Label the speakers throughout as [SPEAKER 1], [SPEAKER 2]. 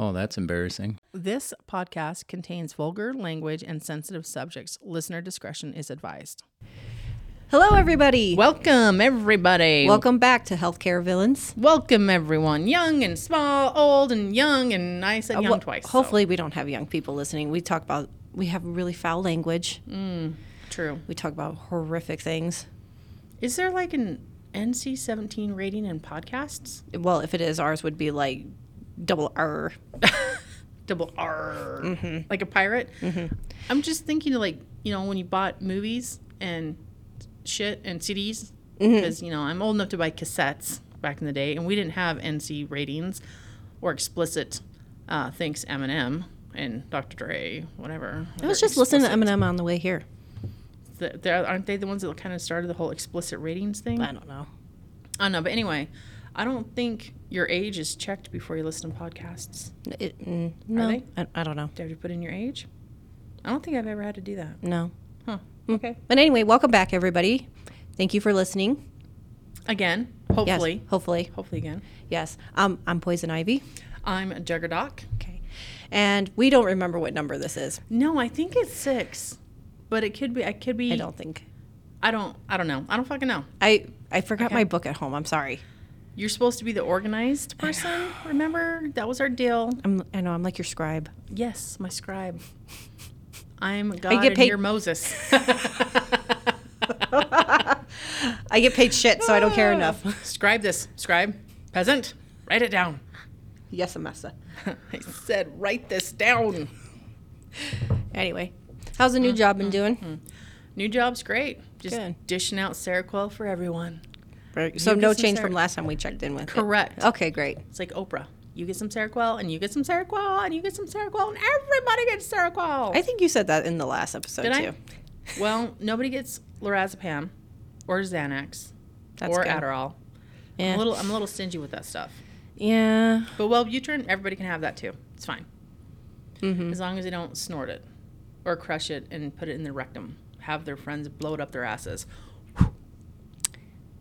[SPEAKER 1] Oh, that's embarrassing.
[SPEAKER 2] This podcast contains vulgar language and sensitive subjects. Listener discretion is advised.
[SPEAKER 3] Hello, everybody.
[SPEAKER 2] Welcome, everybody.
[SPEAKER 3] Welcome back to Healthcare Villains.
[SPEAKER 2] Welcome, everyone. Young and small, old and young, and I said young
[SPEAKER 3] Uh, Well,
[SPEAKER 2] twice. so-
[SPEAKER 3] Hopefully, we don't have young people listening. We talk about we have really foul language.
[SPEAKER 2] Mm. True.
[SPEAKER 3] We talk about horrific things.
[SPEAKER 2] Is there like an NC 17 rating in podcasts?
[SPEAKER 3] Well, if it is, ours would be like double R.
[SPEAKER 2] Double R.
[SPEAKER 3] Mm-hmm.
[SPEAKER 2] Like a pirate? I'm just thinking of like, you know, when you bought movies and shit and CDs,
[SPEAKER 3] Mm-hmm.
[SPEAKER 2] because, you know, I'm old enough to buy cassettes back in the day, and we didn't have NC ratings or explicit uh, thanks Eminem and Dr. Dre, whatever.
[SPEAKER 3] I was just listening to Eminem on the way here.
[SPEAKER 2] The, there- aren't they the ones that kind of started the whole explicit ratings thing?
[SPEAKER 3] I don't know.
[SPEAKER 2] I don't know, but anyway, I don't think your age is checked before you listen to podcasts.
[SPEAKER 3] It- mm, no,
[SPEAKER 2] they?
[SPEAKER 3] I, I don't know.
[SPEAKER 2] Do you have to put in your age? I don't think I've ever had to do that.
[SPEAKER 3] No. Mm.
[SPEAKER 2] Huh. Okay.
[SPEAKER 3] But anyway, welcome back, everybody. Thank you for listening.
[SPEAKER 2] Again,
[SPEAKER 3] Yes,
[SPEAKER 2] hopefully.
[SPEAKER 3] hopefully.
[SPEAKER 2] Hopefully again.
[SPEAKER 3] Yes. Um, I'm Poison Ivy.
[SPEAKER 2] I'm a Juggerdoc.
[SPEAKER 3] Okay. And we don't remember what number this is.
[SPEAKER 2] No, I think it's six, but it could be. I could be.
[SPEAKER 3] I don't think.
[SPEAKER 2] I don't. I don't know. I don't fucking know.
[SPEAKER 3] I I forgot
[SPEAKER 2] Okay.
[SPEAKER 3] my book at home. I'm sorry.
[SPEAKER 2] You're supposed to be the organized person. Remember that was our deal.
[SPEAKER 3] I'm, I know. I'm like your scribe.
[SPEAKER 2] Yes, my scribe. I'm God
[SPEAKER 3] get
[SPEAKER 2] and
[SPEAKER 3] paid-
[SPEAKER 2] you're Moses.
[SPEAKER 3] I get paid shit, so I don't
[SPEAKER 2] Ah.
[SPEAKER 3] care enough.
[SPEAKER 2] scribe this. Scribe. Peasant. Write it down.
[SPEAKER 3] Yes, Amessa.
[SPEAKER 2] I said, write this down.
[SPEAKER 3] Anyway, how's
[SPEAKER 2] Mm,
[SPEAKER 3] the new job been doing?
[SPEAKER 2] New job's great. Just
[SPEAKER 3] Good.
[SPEAKER 2] dishing out Seroquel for everyone.
[SPEAKER 3] So
[SPEAKER 2] You
[SPEAKER 3] no
[SPEAKER 2] get some
[SPEAKER 3] change
[SPEAKER 2] Sar-
[SPEAKER 3] from last time we checked in with. it.
[SPEAKER 2] Correct.
[SPEAKER 3] Okay, great.
[SPEAKER 2] It's like Oprah. You get some Seroquel, and you get some Seroquel, and you get some Seroquel, and everybody gets Seroquel.
[SPEAKER 3] I think you said that in the last episode
[SPEAKER 2] Did I?
[SPEAKER 3] too.
[SPEAKER 2] well, nobody gets lorazepam, or Xanax,
[SPEAKER 3] That's
[SPEAKER 2] or
[SPEAKER 3] good.
[SPEAKER 2] Adderall.
[SPEAKER 3] Yeah.
[SPEAKER 2] I'm a little, I'm a little stingy with that stuff.
[SPEAKER 3] yeah.
[SPEAKER 2] But Wellbutrin, everybody can have that too. It's fine,
[SPEAKER 3] Mm. Mm-hmm.
[SPEAKER 2] as long as they don't snort it, or crush it and put it in their rectum. Have their friends blow it up their asses.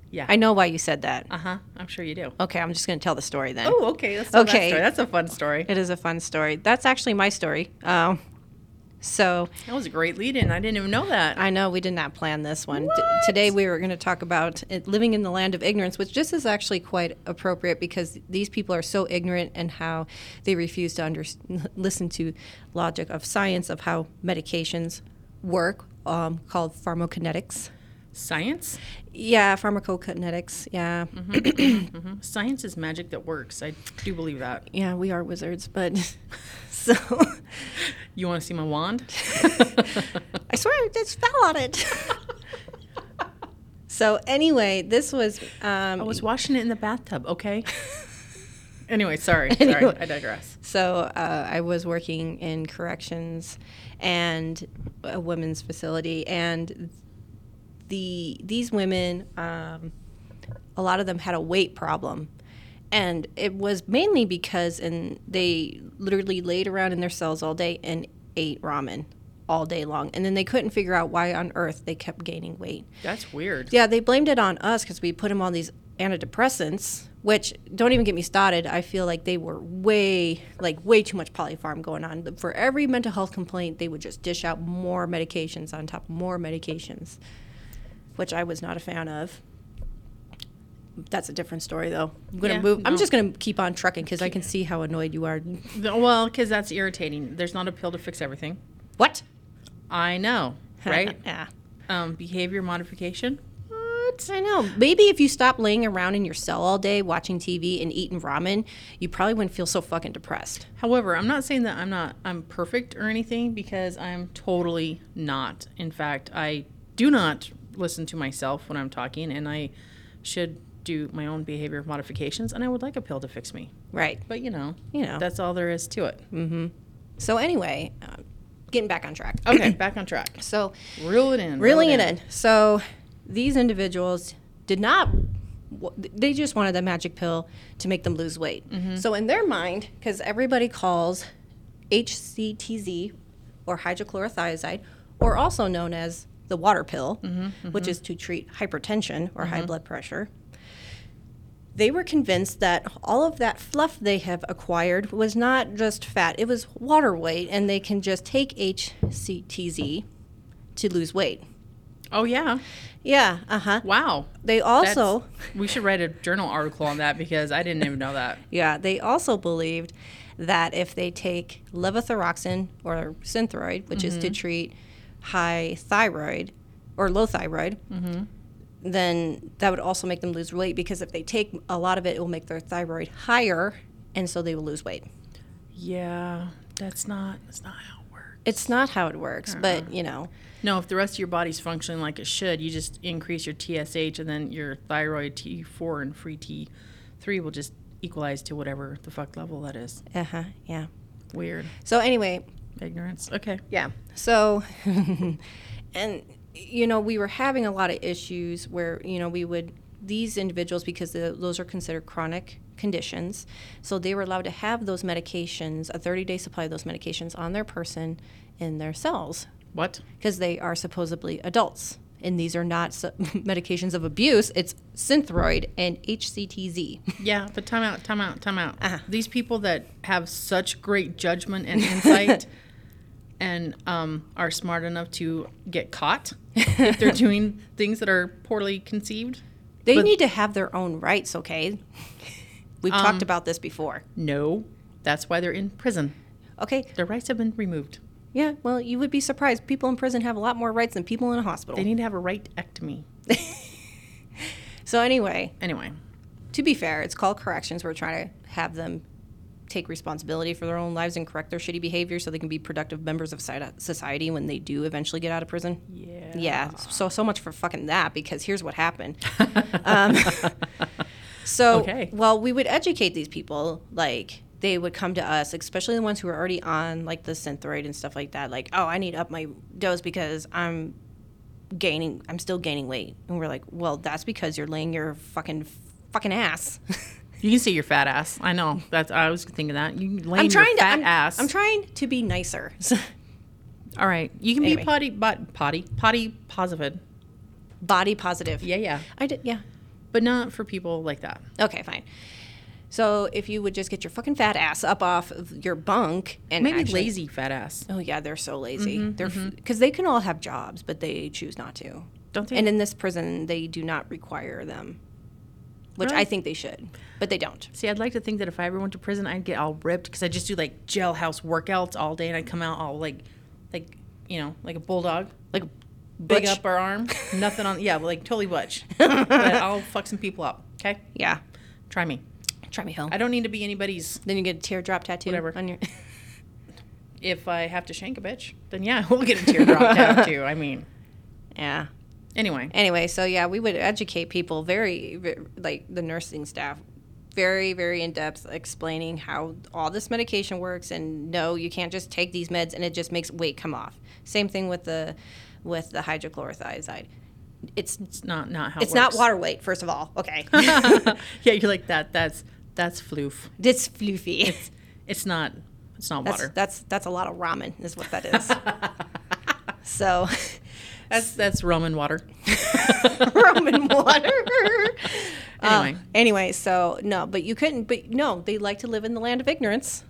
[SPEAKER 2] Yeah.
[SPEAKER 3] I know why you said that.
[SPEAKER 2] Uh huh. I'm sure you do.
[SPEAKER 3] Okay, I'm just gonna tell the story then.
[SPEAKER 2] Oh, okay. That's okay. That
[SPEAKER 3] Okay.
[SPEAKER 2] story. That's a fun story.
[SPEAKER 3] It is a fun story. That's actually my story. Um, so
[SPEAKER 2] That was a great lead in. I didn't even know that.
[SPEAKER 3] I know we did not plan this one. T- today we were going to talk about it, living in the land of ignorance, which just is actually quite appropriate because these people are so ignorant and how they refuse to under- listen to logic of science of how medications work, um, called pharmacokinetics.
[SPEAKER 2] Science?
[SPEAKER 3] Yeah, pharmacokinetics. Yeah, Mm-hmm.
[SPEAKER 2] Science is magic that works. I do believe that.
[SPEAKER 3] yeah, we are wizards, but so
[SPEAKER 2] You want to see my wand?
[SPEAKER 3] I swear I just fell on it. so anyway, this was. Um,
[SPEAKER 2] I was washing it in the bathtub, okay? anyway, sorry. Sorry.
[SPEAKER 3] Anyway.
[SPEAKER 2] I digress.
[SPEAKER 3] So uh, I was working in corrections and a women's facility, and the these women, um, a lot of them had a weight problem, and it was mainly because and they literally laid around in their cells all day and ate ramen all day long, and then they couldn't figure out why on earth they kept gaining weight.
[SPEAKER 2] That's weird.
[SPEAKER 3] Yeah, they blamed it on us because we put them on these antidepressants, which don't even get me started. I feel like they were way, like way too much polypharm going on. For every mental health complaint, they would just dish out more medications on top of more medications, which I was not a fan of. That's a different story, though. I'm gonna
[SPEAKER 2] Yeah,
[SPEAKER 3] move. I'm
[SPEAKER 2] no.
[SPEAKER 3] just gonna keep on trucking because I can see how annoyed you are.
[SPEAKER 2] Th- Well, because that's irritating. There's not a pill to fix everything.
[SPEAKER 3] What?
[SPEAKER 2] I know, right?
[SPEAKER 3] yeah.
[SPEAKER 2] um, behavior modification? What?
[SPEAKER 3] I know. Maybe if you stopped laying around in your cell all day watching TV and eating ramen, you probably wouldn't feel so fucking depressed.
[SPEAKER 2] However, I'm not saying that I'm not I'm perfect or anything because I'm totally not. In fact, I do not listen to myself when I'm talking and I should do my own behavior modifications and I would like a pill to fix me.
[SPEAKER 3] Right.
[SPEAKER 2] But you know,
[SPEAKER 3] You know.
[SPEAKER 2] that's all there is to it.
[SPEAKER 3] So anyway, um, getting back on track.
[SPEAKER 2] Okay, back on track.
[SPEAKER 3] So
[SPEAKER 2] Reel it in.
[SPEAKER 3] reeling it in. So these individuals did not. w- They just wanted the magic pill to make them lose weight. So in their mind, because everybody calls HCTZ or hydrochlorothiazide, or also known as the water pill, which is to treat hypertension or high blood pressure. they were convinced that all of that fluff they have acquired was not just fat, it was water weight, and they can just take HCTZ to lose weight.
[SPEAKER 2] Oh yeah.
[SPEAKER 3] Yeah, uh huh.
[SPEAKER 2] Wow.
[SPEAKER 3] They also,
[SPEAKER 2] That's- we should write a journal article on that because I didn't even know that.
[SPEAKER 3] yeah, they also believed that if they take levothyroxine or Synthroid, which is to treat high thyroid or low thyroid, then that would also make them lose weight because if they take a lot of it, it will make their thyroid higher, and so they will lose weight.
[SPEAKER 2] Yeah, that's not that's not how it works.
[SPEAKER 3] It's not how it works, but you know,
[SPEAKER 2] No, if the rest of your body's functioning like it should, you just increase your TSH and then your thyroid T4 and free T3 will just equalize to whatever the fuck level that is.
[SPEAKER 3] uh huh, yeah.
[SPEAKER 2] Weird.
[SPEAKER 3] So anyway,
[SPEAKER 2] Ignorance. Okay.
[SPEAKER 3] Yeah. So, and you know, we were having a lot of issues where you know we would these individuals because the, those are considered chronic conditions, so they were allowed to have those medications, a 30-day supply of those medications on their person in their cells
[SPEAKER 2] What?
[SPEAKER 3] because they are supposedly adults. And these are not su- medications of abuse. It's Synthroid and HCTZ.
[SPEAKER 2] Yeah, but time out, time out, time out.
[SPEAKER 3] Uh-huh.
[SPEAKER 2] These people that have such great judgment and insight and um, are smart enough to get caught if they're doing things that are poorly conceived.
[SPEAKER 3] They
[SPEAKER 2] But-
[SPEAKER 3] need to have their own rights, okay? We've talked about this before.
[SPEAKER 2] No, that's why they're in prison.
[SPEAKER 3] Okay,
[SPEAKER 2] Their rights have been removed.
[SPEAKER 3] Yeah, well, you would be surprised. People in prison have a lot more rights than people in a
[SPEAKER 2] They
[SPEAKER 3] hospital.
[SPEAKER 2] need to have a rightectomy.
[SPEAKER 3] So, anyway,
[SPEAKER 2] Anyway,
[SPEAKER 3] to be fair, it's called corrections. We're trying to have them take responsibility for their own lives and correct their shitty behavior so they can be productive members of soci- society when they do eventually get out of prison.
[SPEAKER 2] yeah.
[SPEAKER 3] Yeah, so so much for fucking that because here's what happened. um, so
[SPEAKER 2] Okay.
[SPEAKER 3] well, we would educate these people like they would come to us, especially the ones who are already on like the synthroid and stuff like that. Like, oh, I need up my dose because I'm gaining, I'm still gaining weight, and we're like, well, that's because you're laying your fucking fucking ass.
[SPEAKER 2] You can see your fat ass. I know. That's I was thinking that. You lay
[SPEAKER 3] I'm trying
[SPEAKER 2] your
[SPEAKER 3] to,
[SPEAKER 2] fat
[SPEAKER 3] I'm,
[SPEAKER 2] ass.
[SPEAKER 3] I'm trying to be nicer.
[SPEAKER 2] All right. You can
[SPEAKER 3] Anyway.
[SPEAKER 2] be potty but potty. Potty positive.
[SPEAKER 3] Body positive.
[SPEAKER 2] Yeah, yeah.
[SPEAKER 3] I did. Yeah.
[SPEAKER 2] But not for people like that.
[SPEAKER 3] Okay, fine. So if you would just get your fucking fat ass up off of your bunk and
[SPEAKER 2] Maybe
[SPEAKER 3] actually-
[SPEAKER 2] lazy Mm-hmm, fat ass.
[SPEAKER 3] Oh yeah, they're so lazy. they're because they can all have jobs, but they choose not to.
[SPEAKER 2] Don't they
[SPEAKER 3] And in this prison, they do not require them, which I
[SPEAKER 2] Really?
[SPEAKER 3] think they should, but they don't.
[SPEAKER 2] see I'd like to think that if I ever went to prison I'd get all ripped because I just do like jailhouse workouts all day and I'd come out all like like you know, like a bulldog. Like a big
[SPEAKER 3] Butch.
[SPEAKER 2] upper arm. Nothing on yeah, like totally butch. but I'll fuck some people up. Okay?
[SPEAKER 3] Yeah,
[SPEAKER 2] Try me.
[SPEAKER 3] try me home.
[SPEAKER 2] I don't need to be anybody's
[SPEAKER 3] Then you get a teardrop tattoo
[SPEAKER 2] Whatever.
[SPEAKER 3] on your.
[SPEAKER 2] if I have to shank a bitch, then yeah, we'll get a teardrop tattoo. I mean,
[SPEAKER 3] yeah.
[SPEAKER 2] anyway,
[SPEAKER 3] Anyway, so yeah, we would educate people very, ve- like the nursing staff, very, very in depth, explaining how all this medication works, and no, you can't just take these meds and it just makes weight come off. Same thing with the, with the hydrochlorothiazide. It's
[SPEAKER 2] it's not not how
[SPEAKER 3] it's
[SPEAKER 2] it
[SPEAKER 3] not
[SPEAKER 2] works.
[SPEAKER 3] water weight, first of all. Okay,
[SPEAKER 2] yeah, you're like that. That's that's floof.
[SPEAKER 3] it's floofy.
[SPEAKER 2] It's not. It's not
[SPEAKER 3] That's
[SPEAKER 2] water.
[SPEAKER 3] that's that's a lot of ramen, is what that is. so,
[SPEAKER 2] That's that's rum and water.
[SPEAKER 3] ramen water.
[SPEAKER 2] Anyway,
[SPEAKER 3] Um, anyway, so no, but you couldn't. But no, they like to live in the land of ignorance.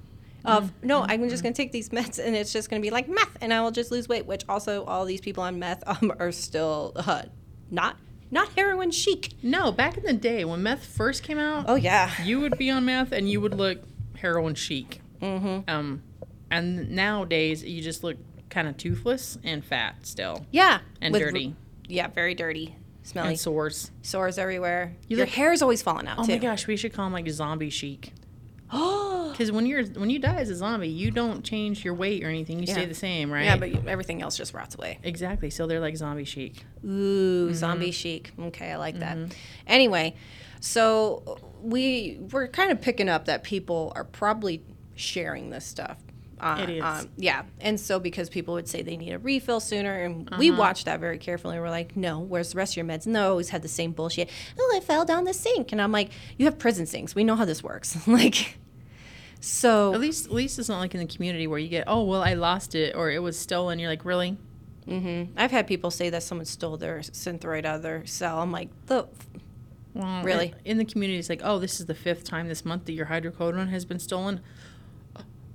[SPEAKER 3] Of
[SPEAKER 2] Mm.
[SPEAKER 3] no,
[SPEAKER 2] Mm-hmm.
[SPEAKER 3] I'm just going to take these meds, and it's just going to be like meth, and I will just lose weight. Which also, all these people on meth um, are still uh, not not heroin chic.
[SPEAKER 2] no. Back in the day when meth first came out,
[SPEAKER 3] Oh yeah,
[SPEAKER 2] you would be on meth and you would look heroin chic. Mm-hmm. Um, and nowadays you just look kind of toothless and fat still
[SPEAKER 3] yeah,
[SPEAKER 2] and
[SPEAKER 3] With-
[SPEAKER 2] dirty
[SPEAKER 3] Yeah, very dirty, smelly,
[SPEAKER 2] and sores.
[SPEAKER 3] sores everywhere.
[SPEAKER 2] You
[SPEAKER 3] Your
[SPEAKER 2] look-
[SPEAKER 3] hair's always falling out
[SPEAKER 2] Oh
[SPEAKER 3] too.
[SPEAKER 2] my gosh, we should call them like zombie chic.
[SPEAKER 3] Oh
[SPEAKER 2] Because when you're when you die as a zombie, you don't change your weight or anything. You stay
[SPEAKER 3] Yeah.
[SPEAKER 2] the same, right?
[SPEAKER 3] yeah, but you- everything else just rots away.
[SPEAKER 2] exactly. So they're like zombie chic.
[SPEAKER 3] Ooh,
[SPEAKER 2] Mm-hmm.
[SPEAKER 3] zombie chic. Okay, I like that. Anyway, so we we're kind of picking up that people are probably sharing this stuff. Uh,
[SPEAKER 2] It is.
[SPEAKER 3] um, yeah, and so because people would say they need a refill sooner, and we
[SPEAKER 2] Uh-huh.
[SPEAKER 3] watched that very carefully. We're like, no, where's the rest of your meds? No, always had the same bullshit. Oh, I fell down the sink, and I'm like, you have prison sinks. We know how this works. like, so
[SPEAKER 2] At least at least it's not like in the community where you get oh well I lost it or it was stolen. You're like really?
[SPEAKER 3] I've had people say that someone stole their synthroid out of their cell. I'm like, the
[SPEAKER 2] Well,
[SPEAKER 3] Really?
[SPEAKER 2] In, in the community, it's like, oh, this is the fifth time this month that your hydrocodone has been stolen.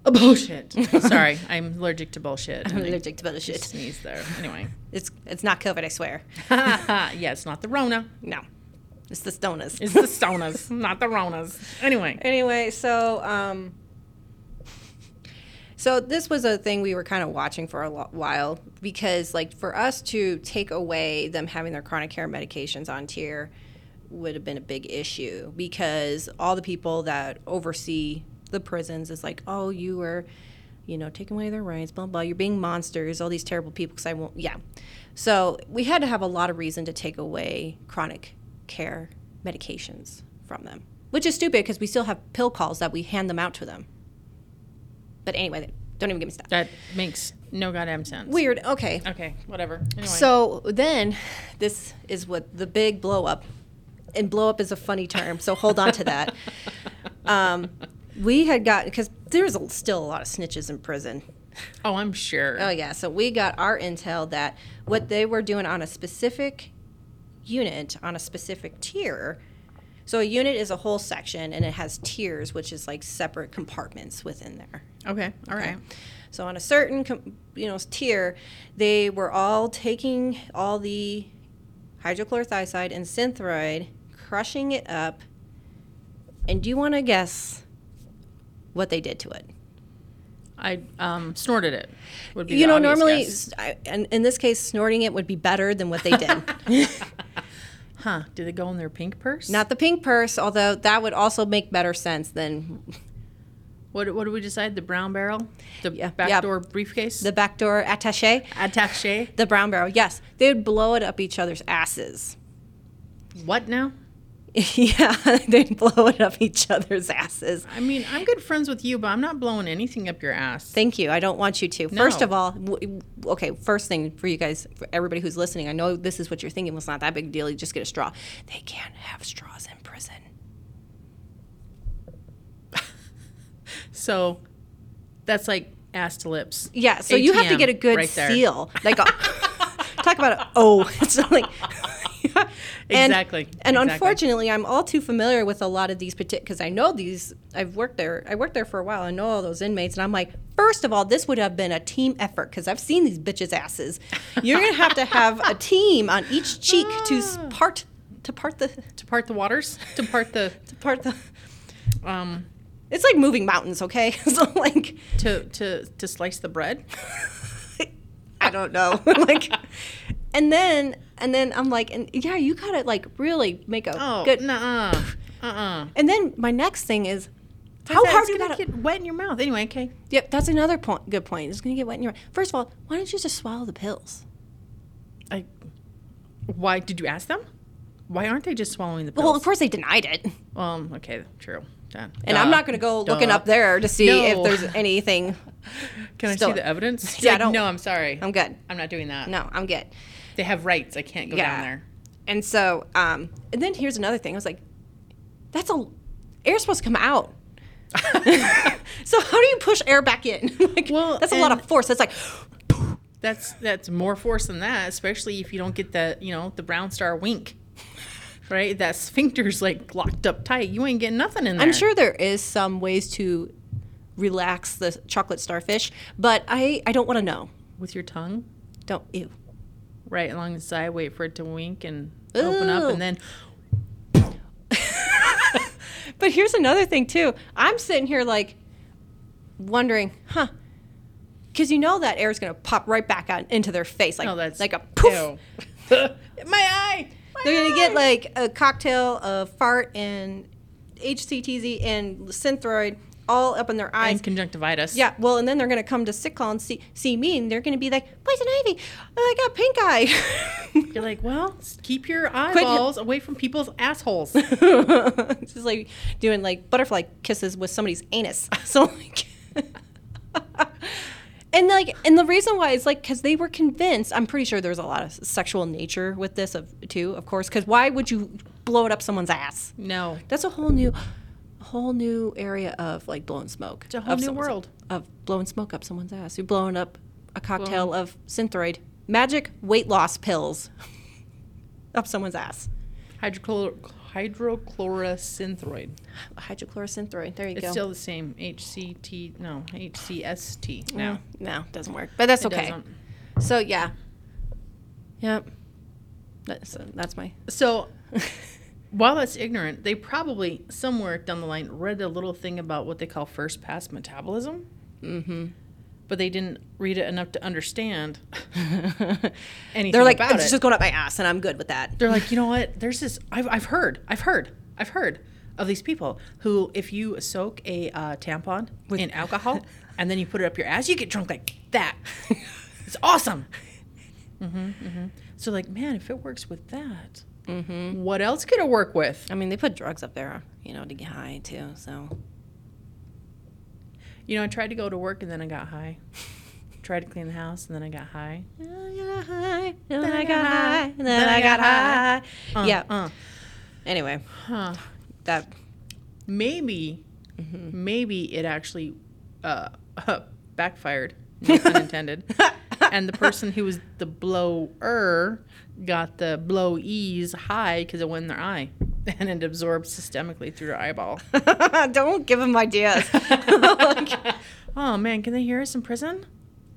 [SPEAKER 2] A bullshit. Sorry, I'm allergic to bullshit.
[SPEAKER 3] I'm
[SPEAKER 2] and I
[SPEAKER 3] allergic to
[SPEAKER 2] just
[SPEAKER 3] bullshit.
[SPEAKER 2] Sneezed there. Anyway.
[SPEAKER 3] It's it's not COVID, I swear.
[SPEAKER 2] yeah, it's not the Rona.
[SPEAKER 3] No, it's the Stonas.
[SPEAKER 2] It's the Stonas, not the Ronas. Anyway.
[SPEAKER 3] anyway, so um, so this was a thing we were kind of watching for a lo- while because, like, for us to take away them having their chronic care medications on tier would have been a big issue because all the people that oversee the prisons is like, oh, you were, you know, taking away their rights, blah blah. You're being monsters, all these terrible people. Because I won't, yeah. So we had to have a lot of reason to take away chronic care medications from them, which is stupid because we still have pill calls that we hand them out to them. But anyway, don't even get me started.
[SPEAKER 2] That makes no goddamn sense.
[SPEAKER 3] Weird. Okay.
[SPEAKER 2] Okay, whatever. Anyway.
[SPEAKER 3] So then, this is what the big blow up, and blow up is a funny term, so hold on to that. Um, we had gotten because there was a, still a lot of snitches in prison.
[SPEAKER 2] oh, I'm sure.
[SPEAKER 3] Oh yeah, so we got our intel that what they were doing on a specific unit on a specific tier. So a unit is a whole section, and it has tiers, which is like separate compartments within there.
[SPEAKER 2] Okay, all right.
[SPEAKER 3] So on a certain com- you know tier, they were all taking all the hydrochlorothiazide and synthroid, crushing it up. And do you want to guess what they did to it?
[SPEAKER 2] I um, snorted it. Would be
[SPEAKER 3] you
[SPEAKER 2] the
[SPEAKER 3] know,
[SPEAKER 2] obvious
[SPEAKER 3] normally,
[SPEAKER 2] guess.
[SPEAKER 3] I, and in this case, snorting it would be better than what they did.
[SPEAKER 2] Huh? Did it go in their pink purse?
[SPEAKER 3] Not the pink purse, although that would also make better sense than
[SPEAKER 2] What? What did we decide? The brown barrel, the
[SPEAKER 3] Yeah, yeah.
[SPEAKER 2] backdoor briefcase,
[SPEAKER 3] the backdoor attaché,
[SPEAKER 2] attaché.
[SPEAKER 3] the brown barrel. Yes, they would blow it up each other's asses.
[SPEAKER 2] What now?
[SPEAKER 3] yeah, they'd blow it up each other's asses.
[SPEAKER 2] I mean, I'm good friends with you, but I'm not blowing anything up your ass.
[SPEAKER 3] Thank you. I don't want you to. First
[SPEAKER 2] No.
[SPEAKER 3] of all, w- w- okay, first thing for you guys, for everybody who's listening, I know this is what you're thinking. Well, it's not that big a deal. You just get a straw. They can't have straws in prison.
[SPEAKER 2] So, that's like ass to lips.
[SPEAKER 3] Yeah, so you have to
[SPEAKER 2] ATM
[SPEAKER 3] get a good
[SPEAKER 2] right there.
[SPEAKER 3] seal. Like, a, talk about a oh, it's not like And-
[SPEAKER 2] Exactly,
[SPEAKER 3] And
[SPEAKER 2] exactly.
[SPEAKER 3] unfortunately, I'm all too familiar with a lot of these particular because I know these. I've worked there. I worked there for a while. I know all those inmates, and I'm like, first of all, this would have been a team effort because I've seen these bitches' asses. You're gonna have to have a team on each cheek to s- part to part the
[SPEAKER 2] To part the waters, to part the
[SPEAKER 3] to part the.
[SPEAKER 2] um,
[SPEAKER 3] It's like moving mountains, okay? so like,
[SPEAKER 2] to to to slice the bread.
[SPEAKER 3] I don't know. like and then and then I'm like, and yeah, you gotta like really make a
[SPEAKER 2] Oh,
[SPEAKER 3] good
[SPEAKER 2] Nuh-uh. Uh-uh.
[SPEAKER 3] and then my next thing is how
[SPEAKER 2] How's that-
[SPEAKER 3] hard
[SPEAKER 2] it's
[SPEAKER 3] you
[SPEAKER 2] gonna
[SPEAKER 3] gotta
[SPEAKER 2] get wet in your mouth. Anyway, okay.
[SPEAKER 3] Yep, that's another point good point. It's gonna get wet in your first of all, why don't you just swallow the pills?
[SPEAKER 2] I, why did you ask them? Why aren't they just swallowing the
[SPEAKER 3] Well, of
[SPEAKER 2] pills?
[SPEAKER 3] course they denied it.
[SPEAKER 2] um, okay, true. Duh. Duh.
[SPEAKER 3] And I'm not gonna go looking
[SPEAKER 2] Duh.
[SPEAKER 3] up there to see if
[SPEAKER 2] No.
[SPEAKER 3] there's anything.
[SPEAKER 2] Can I
[SPEAKER 3] still-
[SPEAKER 2] see the evidence?
[SPEAKER 3] Yeah,
[SPEAKER 2] Like,
[SPEAKER 3] don't-
[SPEAKER 2] No, I'm sorry.
[SPEAKER 3] I'm good.
[SPEAKER 2] I'm not doing that.
[SPEAKER 3] No, I'm good.
[SPEAKER 2] They have rights. I can't go
[SPEAKER 3] Yeah.
[SPEAKER 2] down there.
[SPEAKER 3] And so, um, and then here's another thing. I was like, that's a air's supposed to come out. so how do you push air back in? like,
[SPEAKER 2] Well,
[SPEAKER 3] that's a lot of
[SPEAKER 2] and-
[SPEAKER 3] force. That's like,
[SPEAKER 2] That's that's more force than that, especially if you don't get that, you know, the brown star wink. Right? That sphincter's like locked up tight. You ain't getting nothing in there.
[SPEAKER 3] I'm sure there is some ways to relax the chocolate starfish, but I, I don't want to know.
[SPEAKER 2] With your tongue
[SPEAKER 3] Don't ew.
[SPEAKER 2] right along the side, wait for it to wink and open up
[SPEAKER 3] Ooh.
[SPEAKER 2] and then
[SPEAKER 3] But here's another thing too. I'm sitting here like wondering, huh? Because you know that air's gonna pop right back out into their face, like
[SPEAKER 2] oh that's
[SPEAKER 3] like a poof.
[SPEAKER 2] ew. My eye. My
[SPEAKER 3] They're gonna get
[SPEAKER 2] eye!
[SPEAKER 3] like a cocktail of fart and HCTZ and synthroid all up in their eyes.
[SPEAKER 2] and conjunctivitis.
[SPEAKER 3] yeah, well, and then they're gonna come to sick call and see see me, and they're gonna be like, "Poison ivy, I got pink eye."
[SPEAKER 2] You're like, well, s- keep your eyeballs away from people's assholes.
[SPEAKER 3] It's just like doing like butterfly kisses with somebody's anus. So like, and like, and the reason why is like because they were convinced. I'm pretty sure there's a lot of sexual nature with this of too, of course. Because why would you blow it up someone's ass?
[SPEAKER 2] No,
[SPEAKER 3] that's a whole new a whole new area of like blowing smoke
[SPEAKER 2] it's a whole
[SPEAKER 3] of
[SPEAKER 2] new
[SPEAKER 3] someone's-
[SPEAKER 2] world.
[SPEAKER 3] of blowing smoke up someone's ass you're blowing up a cocktail of synthroid magic weight loss pills up someone's ass
[SPEAKER 2] Hydrochlor- hydrochlorosynthroid.
[SPEAKER 3] Hydrochlorosynthroid. There you
[SPEAKER 2] It's
[SPEAKER 3] go.
[SPEAKER 2] still the same. HCT, no, HCST now.
[SPEAKER 3] no, doesn't work. But Mm. that's
[SPEAKER 2] It
[SPEAKER 3] okay.
[SPEAKER 2] doesn't.
[SPEAKER 3] So yeah. Yep. That's uh, that's my.
[SPEAKER 2] So while that's ignorant, they probably somewhere down the line read a little thing about what they call first pass metabolism,
[SPEAKER 3] mm-hmm.
[SPEAKER 2] but they didn't read it enough to understand anything
[SPEAKER 3] They're like,
[SPEAKER 2] about
[SPEAKER 3] it's
[SPEAKER 2] it.
[SPEAKER 3] just going up my ass, and I'm good with that.
[SPEAKER 2] They're like, you know what? There's this. I've I've heard. I've heard. I've heard of these people who, if you soak a uh, tampon in alcohol and then you put it up your ass, you get drunk like that. it's awesome. hmm So like, man, if it works with that,
[SPEAKER 3] Mm-hmm.
[SPEAKER 2] what else could it work with?
[SPEAKER 3] I mean, they put drugs up there, you know, to get high too. So
[SPEAKER 2] You know, I tried to go to work and then I got high. tried to clean the house and then I got high.
[SPEAKER 3] then
[SPEAKER 2] I got high, and then I got high. Uh,
[SPEAKER 3] yeah.
[SPEAKER 2] uh,
[SPEAKER 3] Anyway,
[SPEAKER 2] huh.
[SPEAKER 3] that
[SPEAKER 2] maybe Mm-hmm. maybe it actually uh, backfired no pun intended and the person who was the blower got the blow ease high because it went in their eye and it absorbed systemically through their eyeball
[SPEAKER 3] don't give them ideas.
[SPEAKER 2] oh man can they hear us in prison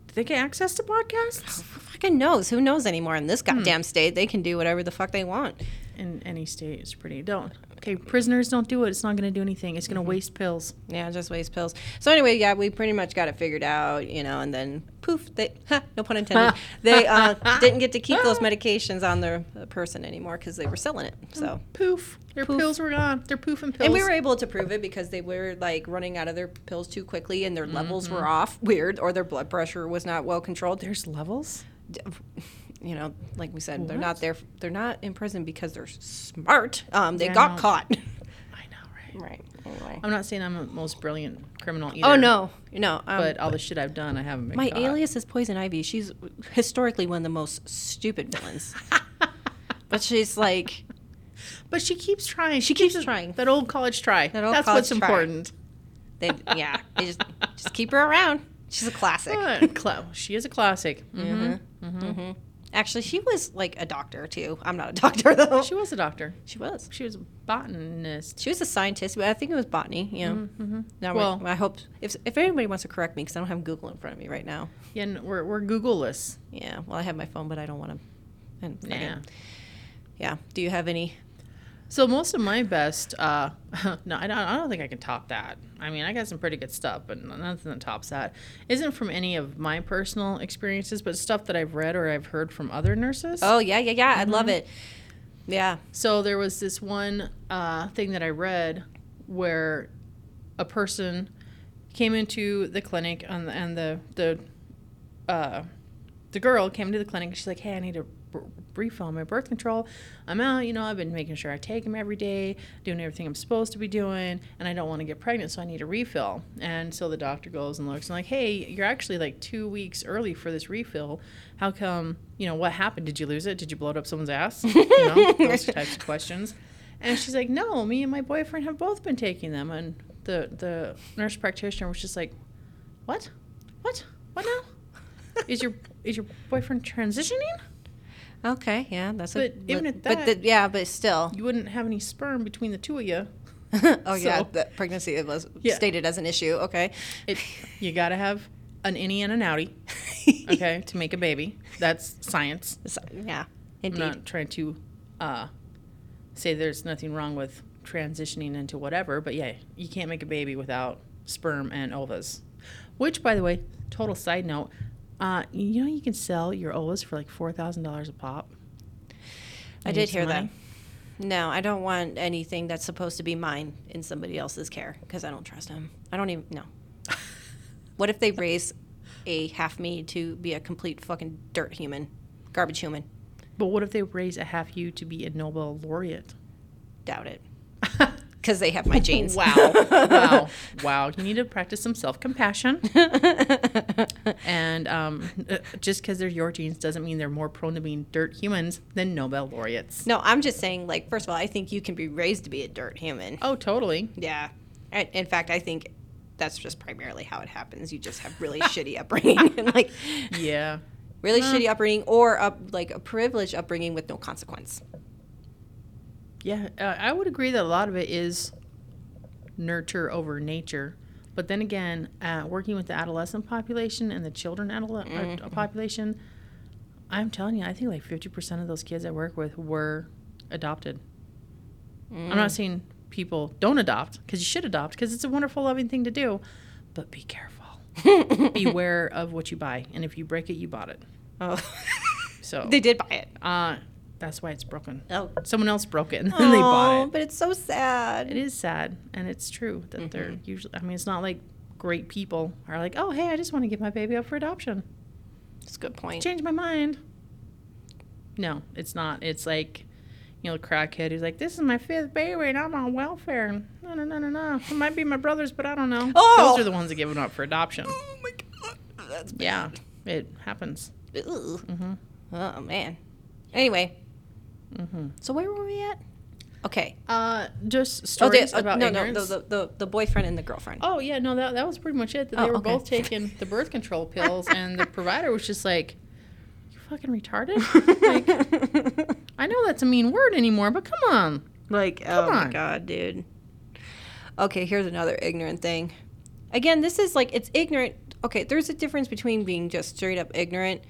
[SPEAKER 2] do they get access to podcasts
[SPEAKER 3] Who fucking knows? Who knows anymore in this goddamn state? They can do whatever the fuck they want.
[SPEAKER 2] in any state it's pretty don't okay prisoners don't do it it's not going to do anything it's going to waste pills
[SPEAKER 3] Yeah, just waste pills. So anyway, yeah, we pretty much got it figured out, you know, and then poof, they ha, no pun intended. they uh, didn't get to keep those medications on their uh, person anymore because they were selling it. So
[SPEAKER 2] poof their
[SPEAKER 3] Poof.
[SPEAKER 2] pills were gone they're poofing pills
[SPEAKER 3] and we were able to prove it because they were like running out of their pills too quickly and their levels were off weird or their blood pressure was not well controlled. They're,
[SPEAKER 2] Mm-hmm. there's levels
[SPEAKER 3] d- you know, like we said, they're
[SPEAKER 2] What?
[SPEAKER 3] not there. They're not in prison because they're smart. Um, they
[SPEAKER 2] Yeah,
[SPEAKER 3] got
[SPEAKER 2] no.
[SPEAKER 3] caught.
[SPEAKER 2] i know right
[SPEAKER 3] right. Anyway.
[SPEAKER 2] I'm not saying I'm the most brilliant criminal either.
[SPEAKER 3] Oh no, no. Um,
[SPEAKER 2] But all the shit I've done, I haven't been
[SPEAKER 3] My
[SPEAKER 2] caught.
[SPEAKER 3] alias is Poison Ivy. She's historically one of the most stupid villains. but she's like,
[SPEAKER 2] But she keeps trying.
[SPEAKER 3] She keeps trying.
[SPEAKER 2] That old college try.
[SPEAKER 3] That old
[SPEAKER 2] That's
[SPEAKER 3] college
[SPEAKER 2] what's
[SPEAKER 3] try.
[SPEAKER 2] important.
[SPEAKER 3] they, yeah, they just just keep her around. She's a classic.
[SPEAKER 2] But Cla- she is a classic. Mhm.
[SPEAKER 3] Mm-hmm. Actually, she was like a doctor too. I'm not a doctor though.
[SPEAKER 2] She was a doctor.
[SPEAKER 3] She was.
[SPEAKER 2] She was a botanist.
[SPEAKER 3] She was a scientist, but I think it was botany. You
[SPEAKER 2] Mm-hmm.
[SPEAKER 3] know. Now,
[SPEAKER 2] Well-
[SPEAKER 3] I, I hope if if anybody wants to correct me because I don't have Google in front of me right now.
[SPEAKER 2] Yeah, and we're, we're Googleless.
[SPEAKER 3] Yeah. Well, I have my phone, but I don't want to. And fucking-
[SPEAKER 2] Yeah.
[SPEAKER 3] Yeah. Do you have any?
[SPEAKER 2] So most of my best, uh, no, I don't, I don't think I can top that. I mean, I got some pretty good stuff, but nothing that tops that. Isn't from any of my personal experiences, but stuff that I've read or I've heard from other nurses.
[SPEAKER 3] Oh yeah, yeah, yeah. I love
[SPEAKER 2] Mm-hmm.
[SPEAKER 3] it. Yeah.
[SPEAKER 2] So there was this one uh, thing that I read where a person came into the clinic and the, and the the uh, the girl came to the clinic. She's like, "Hey, I need to b- brief on my birth control. I'm out. You know, I've been making sure I take them every day, doing everything I'm supposed to be doing, and I don't want to get pregnant, so I need a refill." And so the doctor goes and looks and like, "Hey, you're actually like two weeks early for this refill. How come? You know, what happened? Did you lose it? Did you blow it up someone's ass? You know, those types of questions." And she's like, "No, me and my boyfriend have both been taking them." And the the nurse practitioner was just like, "What? What? What now?" is your is your boyfriend transitioning?
[SPEAKER 3] Okay, yeah, that's a
[SPEAKER 2] But even at
[SPEAKER 3] but
[SPEAKER 2] that-
[SPEAKER 3] the, yeah, but still.
[SPEAKER 2] You wouldn't have any sperm between the two of you.
[SPEAKER 3] oh yeah,
[SPEAKER 2] So-
[SPEAKER 3] that pregnancy it was
[SPEAKER 2] Yeah.
[SPEAKER 3] stated as an issue. Okay.
[SPEAKER 2] It you gotta have an innie and an outie, okay, to make a baby. That's science.
[SPEAKER 3] So, yeah,
[SPEAKER 2] I'm
[SPEAKER 3] indeed.
[SPEAKER 2] not trying to uh, say there's nothing wrong with transitioning into whatever, but yeah, you can't make a baby without sperm and ovas. Which, by the way, total side note, uh, you know you can sell your ovas for like four thousand dollars a pop.
[SPEAKER 3] I
[SPEAKER 2] You
[SPEAKER 3] did
[SPEAKER 2] need some
[SPEAKER 3] hear that.
[SPEAKER 2] money?
[SPEAKER 3] No, I don't want anything that's supposed to be mine in somebody else's care because I don't trust them. I don't even no. what if they raise a half me to be a complete fucking dirt human, garbage human?
[SPEAKER 2] But what if they raise a half you to be a Nobel laureate?
[SPEAKER 3] Doubt it because they have my genes.
[SPEAKER 2] Wow. wow. Wow. You need to practice some self compassion. and um, uh, just because they're your genes doesn't mean they're more prone to being dirt humans than Nobel laureates.
[SPEAKER 3] No, I'm just saying. Like, first of all, I think you can be raised to be a dirt human.
[SPEAKER 2] Oh, totally.
[SPEAKER 3] Yeah. I- In fact, I think that's just primarily how it happens. You just have really shitty upbringing and like
[SPEAKER 2] Yeah. Mm.
[SPEAKER 3] really shitty upbringing or up, like a privileged upbringing with no consequence.
[SPEAKER 2] Yeah, uh, I would agree that a lot of it is nurture over nature. But then again, uh, working with the adolescent population and the children adole- uh, population, I'm telling you, I think like 50% of those kids I work with were adopted. I'm not saying people don't adopt because you should adopt because it's a wonderful, loving thing to do, but be careful.
[SPEAKER 3] Mm.
[SPEAKER 2] Beware of what you buy. And if you break it, you bought it.
[SPEAKER 3] Oh,
[SPEAKER 2] So
[SPEAKER 3] they did buy it.
[SPEAKER 2] uh, that's why it's broken.
[SPEAKER 3] Oh,
[SPEAKER 2] Someone else broke it and then they bought it.
[SPEAKER 3] But it's so sad.
[SPEAKER 2] It is sad, and it's true that they're usually. I mean, it's not like great people are like, "Oh, hey, I just want to give my baby up for adoption.
[SPEAKER 3] It's a good point.
[SPEAKER 2] Change my mind." No, it's not. It's like, you know, the crackhead who's like, "This is my fifth baby, and I'm on welfare." and No, no, no, no, no. It might be my brother's, but I don't know.
[SPEAKER 3] Oh!
[SPEAKER 2] Those are the ones that give them up for adoption.
[SPEAKER 3] Oh my god, that's
[SPEAKER 2] Yeah, it happens. Mm-hmm,
[SPEAKER 3] Ugh. Oh man. Anyway.
[SPEAKER 2] mm-hmm.
[SPEAKER 3] So where were we at? Okay.
[SPEAKER 2] Uh, just
[SPEAKER 3] Oh, the,
[SPEAKER 2] stories
[SPEAKER 3] oh,
[SPEAKER 2] about
[SPEAKER 3] no, no,
[SPEAKER 2] ignorance.
[SPEAKER 3] the, the, the, the boyfriend and the girlfriend.
[SPEAKER 2] Oh yeah, no, that that was pretty much it. That
[SPEAKER 3] Oh,
[SPEAKER 2] they were
[SPEAKER 3] okay.
[SPEAKER 2] both taking the birth control pills, and the provider was just like, "You fucking retarded." like, I know that's a mean word anymore, but come on.
[SPEAKER 3] Like, oh
[SPEAKER 2] Come
[SPEAKER 3] my
[SPEAKER 2] on.
[SPEAKER 3] god, dude. Okay, here's another ignorant thing. Again, this is like it's ignorant. Okay, there's a difference between being just straight up ignorant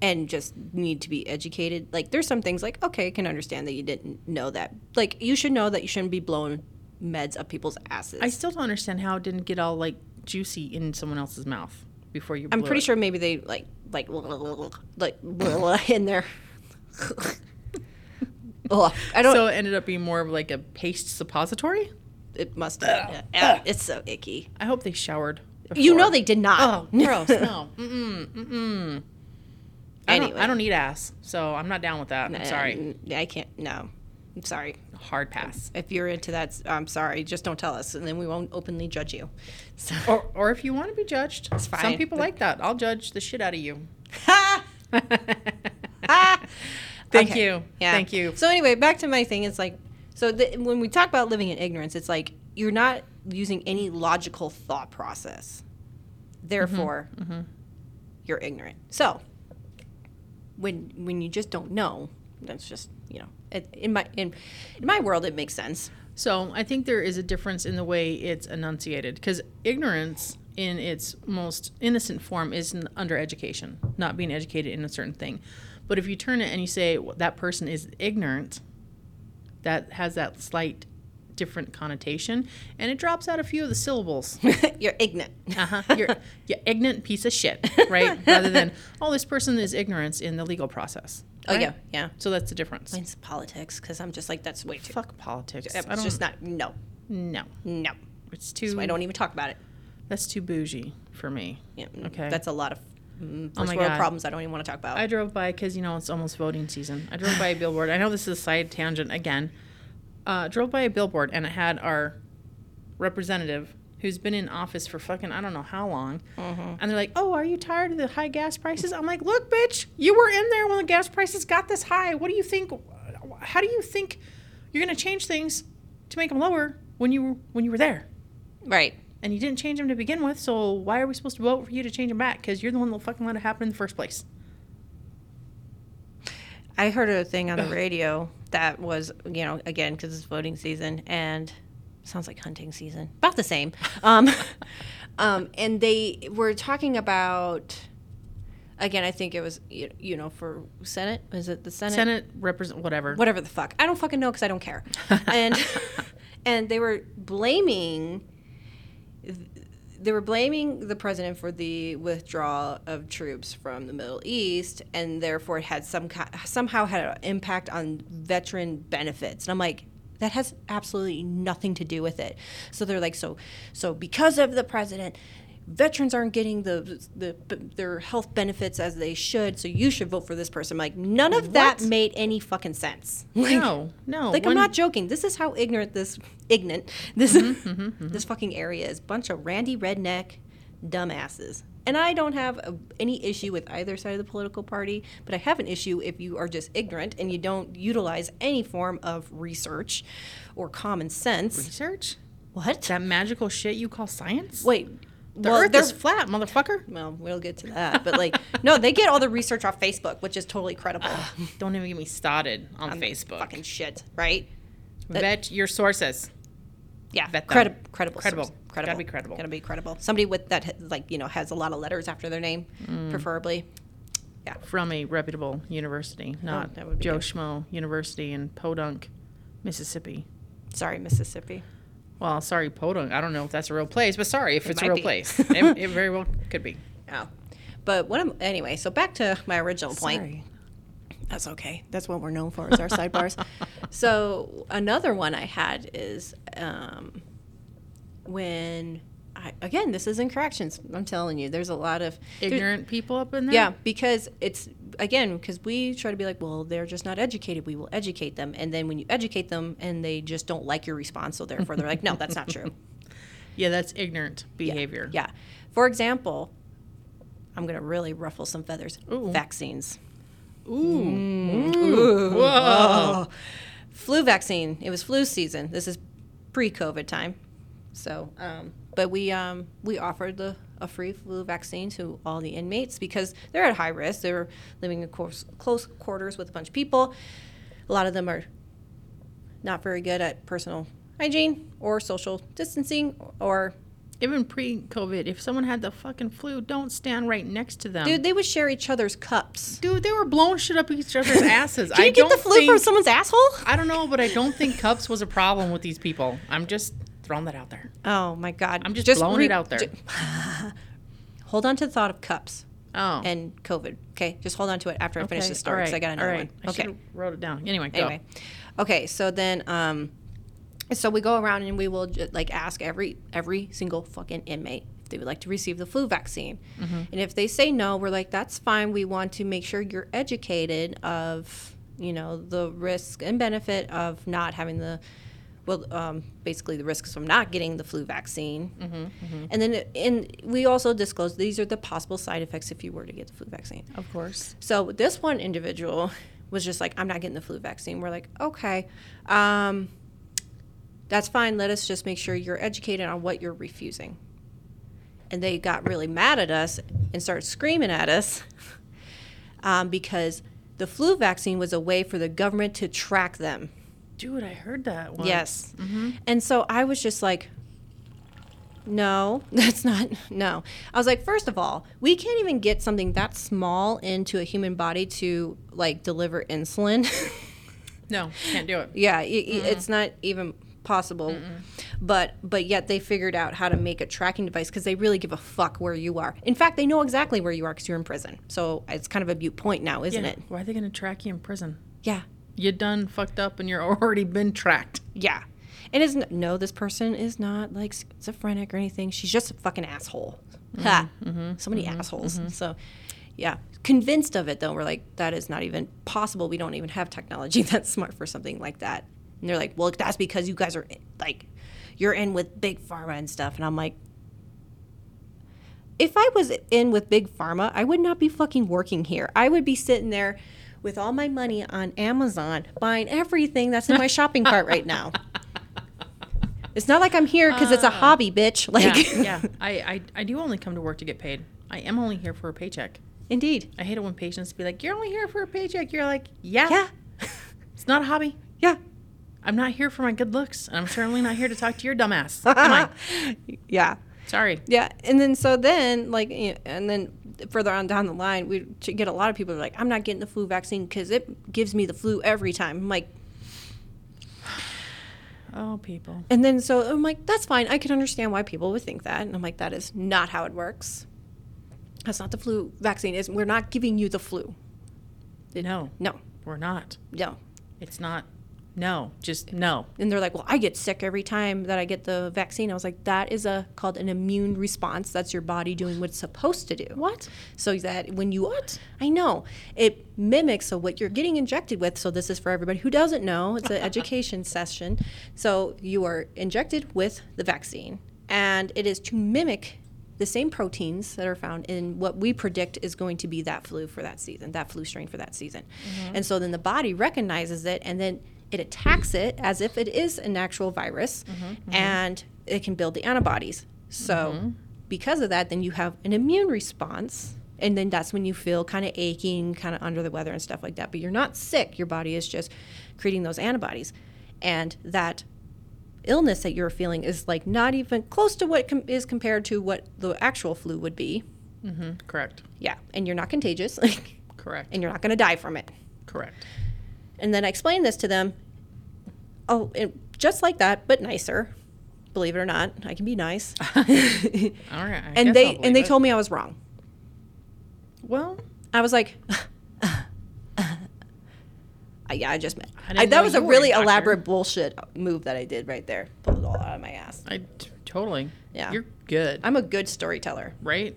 [SPEAKER 3] and just need to be educated. Like there's some things like okay, I can understand that you didn't know that. Like you should know that you shouldn't be blowing meds up people's asses.
[SPEAKER 2] I still don't understand how it didn't get all like juicy in someone else's mouth before you.
[SPEAKER 3] I'm
[SPEAKER 2] blew
[SPEAKER 3] pretty
[SPEAKER 2] it.
[SPEAKER 3] sure maybe they like like like in there. Ugh, I don't.
[SPEAKER 2] So it ended up being more of like a paste suppository.
[SPEAKER 3] it must. Have, yeah, it's so icky.
[SPEAKER 2] I hope they showered.
[SPEAKER 3] You
[SPEAKER 2] before.
[SPEAKER 3] know they did not.
[SPEAKER 2] Oh, gross. no. Mm-mm. Mm-mm. I don't,
[SPEAKER 3] Anyway.
[SPEAKER 2] I don't eat ass, so I'm not down with that. I'm sorry.
[SPEAKER 3] I, Uh, I can't. No, I'm sorry.
[SPEAKER 2] Hard pass.
[SPEAKER 3] If you're into that, s- I'm sorry. Just don't tell us, and then we won't openly judge you. So,
[SPEAKER 2] Or, or if you want to be judged, some
[SPEAKER 3] fine,
[SPEAKER 2] people
[SPEAKER 3] but-
[SPEAKER 2] like that. I'll judge the shit out of you. Thank
[SPEAKER 3] Thank
[SPEAKER 2] you. Thank you.
[SPEAKER 3] So anyway, back to my thing. It's like, so the, when we talk about living in ignorance, it's like you're not using any logical thought process. Therefore,
[SPEAKER 2] Mm-hmm.
[SPEAKER 3] you're ignorant. So when when you just don't know, that's just you know, it, in my in in my world, it makes sense.
[SPEAKER 2] So I think there is a difference in the way it's enunciated because ignorance in its most innocent form is n- under education, not being educated in a certain thing. But if you turn it and you say "Well, that person is ignorant, that has that slight different connotation and it drops out a few of the syllables.
[SPEAKER 3] you're ignorant.
[SPEAKER 2] Uh-huh. You're, you ignorant piece of shit, right? Rather than, oh, this person is ignorance in the legal process.
[SPEAKER 3] Oh
[SPEAKER 2] right?
[SPEAKER 3] yeah, yeah.
[SPEAKER 2] So that's the difference.
[SPEAKER 3] Mine's politics because I'm just like that's way too.
[SPEAKER 2] Fuck politics. I
[SPEAKER 3] It's
[SPEAKER 2] don't-
[SPEAKER 3] just not no
[SPEAKER 2] no.
[SPEAKER 3] no.
[SPEAKER 2] It's too.
[SPEAKER 3] So I don't even talk about it.
[SPEAKER 2] That's too bougie for me.
[SPEAKER 3] Yeah,
[SPEAKER 2] Okay.
[SPEAKER 3] okay. That's a lot of mm, first
[SPEAKER 2] my
[SPEAKER 3] world
[SPEAKER 2] God.
[SPEAKER 3] problems I don't even want to talk about.
[SPEAKER 2] I drove by because you know it's almost voting season. I drove by a billboard. I know this is a side tangent again. Uh, drove by a billboard and it had our representative who's been in office for fucking I don't know how long. And they're like, "Oh, are you tired of the high gas prices?" I'm like, "Look, bitch, you were in there when the gas prices got this high. What do you think? How do you think you're gonna change things to make them lower when you were when you were there?"
[SPEAKER 3] right.
[SPEAKER 2] and you didn't change them to begin with, so why are we supposed to vote for you to change them back? Because you're the one that fucking let it happen in the first place.
[SPEAKER 3] I heard a thing on the radio that was, you know, again, because it's voting season and sounds like hunting season, about the same. Um, um, and they were talking about, again, I think it was, you, you know, for Senate, is it the
[SPEAKER 2] Senate represent whatever.
[SPEAKER 3] whatever the fuck. I don't fucking know because I don't care. And and they were blaming they were blaming the president for the withdrawal of troops from the Middle East, and therefore it had some ki- somehow had an impact on veteran benefits. And I'm like. That has absolutely nothing to do with it. So they're like, so, so because of the president, veterans aren't getting the, the their health benefits as they should. So you should vote for this person. I'm like, none of that
[SPEAKER 2] What?
[SPEAKER 3] made any fucking sense.
[SPEAKER 2] No, no.
[SPEAKER 3] Like
[SPEAKER 2] when-
[SPEAKER 3] I'm not joking. This is how ignorant this ignorant this
[SPEAKER 2] Mm-hmm,
[SPEAKER 3] this fucking area is. Bunch of randy redneck dumbasses. And I don't have a, any issue with either side of the political party, but I have an issue if you are just ignorant and you don't utilize any form of research or common sense.
[SPEAKER 2] research
[SPEAKER 3] What?
[SPEAKER 2] that magical shit you call science.
[SPEAKER 3] Wait.
[SPEAKER 2] the
[SPEAKER 3] well,
[SPEAKER 2] Earth
[SPEAKER 3] they're-
[SPEAKER 2] is flat, motherfucker.
[SPEAKER 3] well, we'll get to that, but like, no, they get all the research off Facebook, which is totally credible.
[SPEAKER 2] Don't even get me started on
[SPEAKER 3] on
[SPEAKER 2] Facebook.
[SPEAKER 3] Fucking shit, right? That-
[SPEAKER 2] Vet your sources.
[SPEAKER 3] yeah,
[SPEAKER 2] vet them.
[SPEAKER 3] credi- credible,
[SPEAKER 2] Credible.
[SPEAKER 3] source.
[SPEAKER 2] Gotta
[SPEAKER 3] credible,
[SPEAKER 2] be credible.
[SPEAKER 3] gotta be credible. Somebody with that, ha- like you know, has a lot of letters after their name,
[SPEAKER 2] Mm.
[SPEAKER 3] preferably.
[SPEAKER 2] from a reputable university, not
[SPEAKER 3] Oh, that would be
[SPEAKER 2] Joe
[SPEAKER 3] good.
[SPEAKER 2] Schmo University in Podunk, Mississippi.
[SPEAKER 3] Sorry, Mississippi.
[SPEAKER 2] Well, sorry, Podunk. I don't know if that's a real place, but sorry if
[SPEAKER 3] It
[SPEAKER 2] it's a
[SPEAKER 3] might
[SPEAKER 2] real
[SPEAKER 3] be.
[SPEAKER 2] place. it, it very well could be.
[SPEAKER 3] Oh, but what? I'm, anyway, so back to my original point.
[SPEAKER 2] Sorry.
[SPEAKER 3] That's okay. That's what we're known for is our sidebars. So another one I had is um, when I again this is in corrections. I'm telling you, there's a lot of there-
[SPEAKER 2] Ignorant people up in there.
[SPEAKER 3] yeah, because it's again because we try to be like, well, they're just not educated. We will educate them, and then when you educate them and they just don't like your response, so therefore they're like, no, that's not true.
[SPEAKER 2] Yeah, that's ignorant
[SPEAKER 3] Yeah,
[SPEAKER 2] behavior.
[SPEAKER 3] Yeah. For example, I'm gonna really ruffle some feathers.
[SPEAKER 2] Ooh.
[SPEAKER 3] Vaccines.
[SPEAKER 2] Ooh.
[SPEAKER 3] Mm. Ooh.
[SPEAKER 2] Whoa.
[SPEAKER 3] Flu vaccine. It was flu season. This is pre-COVID time. So, um, but we um, we offered the, a free flu vaccine to all the inmates because they're at high risk. They're living in close, close quarters with a bunch of people. A lot of them are not very good at personal hygiene or social distancing or
[SPEAKER 2] Even pre-COVID, if someone had the fucking flu, don't stand right next to them.
[SPEAKER 3] dude they would share each other's cups
[SPEAKER 2] Dude, they were blowing shit up each other's asses.
[SPEAKER 3] Can you
[SPEAKER 2] I
[SPEAKER 3] get the
[SPEAKER 2] don't
[SPEAKER 3] flu
[SPEAKER 2] think,
[SPEAKER 3] from someone's asshole?
[SPEAKER 2] I don't know, but I don't think cups was a problem with these people. I'm just throwing that out there.
[SPEAKER 3] Oh my god!
[SPEAKER 2] I'm just blowing it out there.
[SPEAKER 3] ju- hold on to the thought of cups
[SPEAKER 2] Oh,
[SPEAKER 3] and COVID. Okay, just hold on to it after I finish
[SPEAKER 2] Okay,
[SPEAKER 3] this story because
[SPEAKER 2] alright,
[SPEAKER 3] I got another
[SPEAKER 2] alright. I
[SPEAKER 3] one. Okay.
[SPEAKER 2] should've wrote it down. Anyway, go.
[SPEAKER 3] Anyway, okay. So then, um, so we go around and we will ju- like ask every every single fucking inmate if they would like to receive the flu vaccine, and if they say no, we're like, that's fine. We want to make sure you're educated of you know the risk and benefit of not having the well, um, basically the risks from not getting the flu vaccine, and then and we also disclose these are the possible side effects if you were to get the flu vaccine.
[SPEAKER 2] Of course.
[SPEAKER 3] So this one individual was just like, I'm not getting the flu vaccine. We're like, okay, um, that's fine. Let us just make sure you're educated on what you're refusing. And they got really mad at us and started screaming at us um, because the flu vaccine was a way for the government to track them.
[SPEAKER 2] Dude, I heard that one.
[SPEAKER 3] Yes. And so I was just like, no, that's not, no. I was like, first of all, we can't even get something that small into a human body to like deliver insulin.
[SPEAKER 2] No, can't do it.
[SPEAKER 3] yeah, i i it's not even possible. But but yet they figured out how to make a tracking device because they really give a fuck where you are. In fact, they know exactly where you are because you're in prison. So it's kind of a mute point now, isn't
[SPEAKER 2] Yeah.
[SPEAKER 3] it?
[SPEAKER 2] Why are they gonna track you in prison?
[SPEAKER 3] Yeah.
[SPEAKER 2] You done fucked up and you're already been tracked.
[SPEAKER 3] Yeah. And is no, this person is not like schizophrenic or anything. She's just a fucking asshole. Ha. so many assholes. So, yeah, convinced of it though. We're like, that is not even possible. We don't even have technology that's smart for something like that. And they're like, well, that's because you guys are like, you're in with big pharma and stuff. And I'm like, if I was in with big pharma, I would not be fucking working here. I would be sitting there with all my money on Amazon buying everything that's in my shopping cart right now. It's not like I'm here because it's a hobby, bitch.
[SPEAKER 2] Yeah,
[SPEAKER 3] Like,
[SPEAKER 2] yeah. I, I I do only come to work to get paid. I am only here for a paycheck.
[SPEAKER 3] Indeed.
[SPEAKER 2] I hate it when patients be like, "You're only here for a paycheck." You're like, "Yeah,
[SPEAKER 3] Yeah.
[SPEAKER 2] it's not a hobby.
[SPEAKER 3] Yeah.
[SPEAKER 2] I'm not here for my good looks, and I'm certainly not here to talk to your dumbass." Come on,
[SPEAKER 3] Yeah.
[SPEAKER 2] sorry.
[SPEAKER 3] Yeah, and then so then like, you know, and then further on down the line, we ch- get a lot of people who are like, "I'm not getting the flu vaccine because it gives me the flu every time." I'm like,
[SPEAKER 2] Oh, people.
[SPEAKER 3] and then so I'm like, "That's fine. I can understand why people would think that." And I'm like, "That is not how it works. That's not the flu vaccine. Is we're not giving you the flu.
[SPEAKER 2] No,
[SPEAKER 3] No,
[SPEAKER 2] we're not.
[SPEAKER 3] no."
[SPEAKER 2] It's not. No, just no.
[SPEAKER 3] And they're like, "Well, I get sick every time that I get the vaccine." I was like, "That is a called an immune response. That's your body doing what it's supposed to do."
[SPEAKER 2] What?
[SPEAKER 3] so that when you what i know it mimics so what you're getting injected with so this is for everybody who doesn't know it's an education session so you are injected with the vaccine and it is to mimic the same proteins that are found in what we predict is going to be that flu for that season that flu strain for that season and so then the body recognizes it and then it attacks it as if it is an actual virus
[SPEAKER 2] Mm-hmm.
[SPEAKER 3] and it can build the antibodies so
[SPEAKER 2] Mm-hmm.
[SPEAKER 3] because of that, then you have an immune response. And then that's when you feel kind of aching, kind of under the weather and stuff like that. But you're not sick. Your body is just creating those antibodies. and that illness that you're feeling is like not even close to what com- is compared to what the actual flu would be.
[SPEAKER 2] Mm-hmm. Correct.
[SPEAKER 3] Yeah, and you're not contagious,
[SPEAKER 2] Correct.
[SPEAKER 3] and you're not going to die from it.
[SPEAKER 2] Correct.
[SPEAKER 3] And then I explained this to them. Oh, it, just like that, but nicer. Believe it or not, I can be nice.
[SPEAKER 2] All right. I guess
[SPEAKER 3] and
[SPEAKER 2] I'll
[SPEAKER 3] they
[SPEAKER 2] believe
[SPEAKER 3] and they
[SPEAKER 2] it.
[SPEAKER 3] told me I was wrong.
[SPEAKER 2] Well,
[SPEAKER 3] I was like, I- yeah, I just meant.
[SPEAKER 2] I didn't
[SPEAKER 3] I
[SPEAKER 2] know
[SPEAKER 3] that was
[SPEAKER 2] you
[SPEAKER 3] a
[SPEAKER 2] were a
[SPEAKER 3] really
[SPEAKER 2] doctor.
[SPEAKER 3] elaborate bullshit move that I did right there. Pulled it all out of my ass.
[SPEAKER 2] I t- totally.
[SPEAKER 3] Yeah.
[SPEAKER 2] You're good,
[SPEAKER 3] I'm a good storyteller.
[SPEAKER 2] right?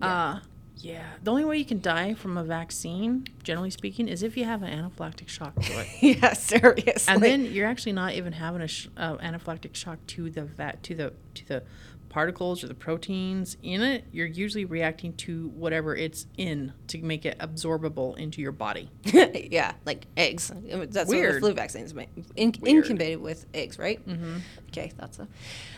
[SPEAKER 2] Uh, yeah. The only way you can die from a vaccine, generally speaking, is if you have an anaphylactic shock to it.
[SPEAKER 3] yeah, seriously.
[SPEAKER 2] and then you're actually not even having a sh- uh, anaphylactic shock to the vat to the to the particles or the proteins in it you're usually reacting to whatever it's in to make it absorbable into your body
[SPEAKER 3] yeah, like eggs. That's what the
[SPEAKER 2] Weird.
[SPEAKER 3] flu vaccines ma- in-
[SPEAKER 2] Weird.
[SPEAKER 3] incubated with eggs, right? Mm-hmm. Okay, that's a.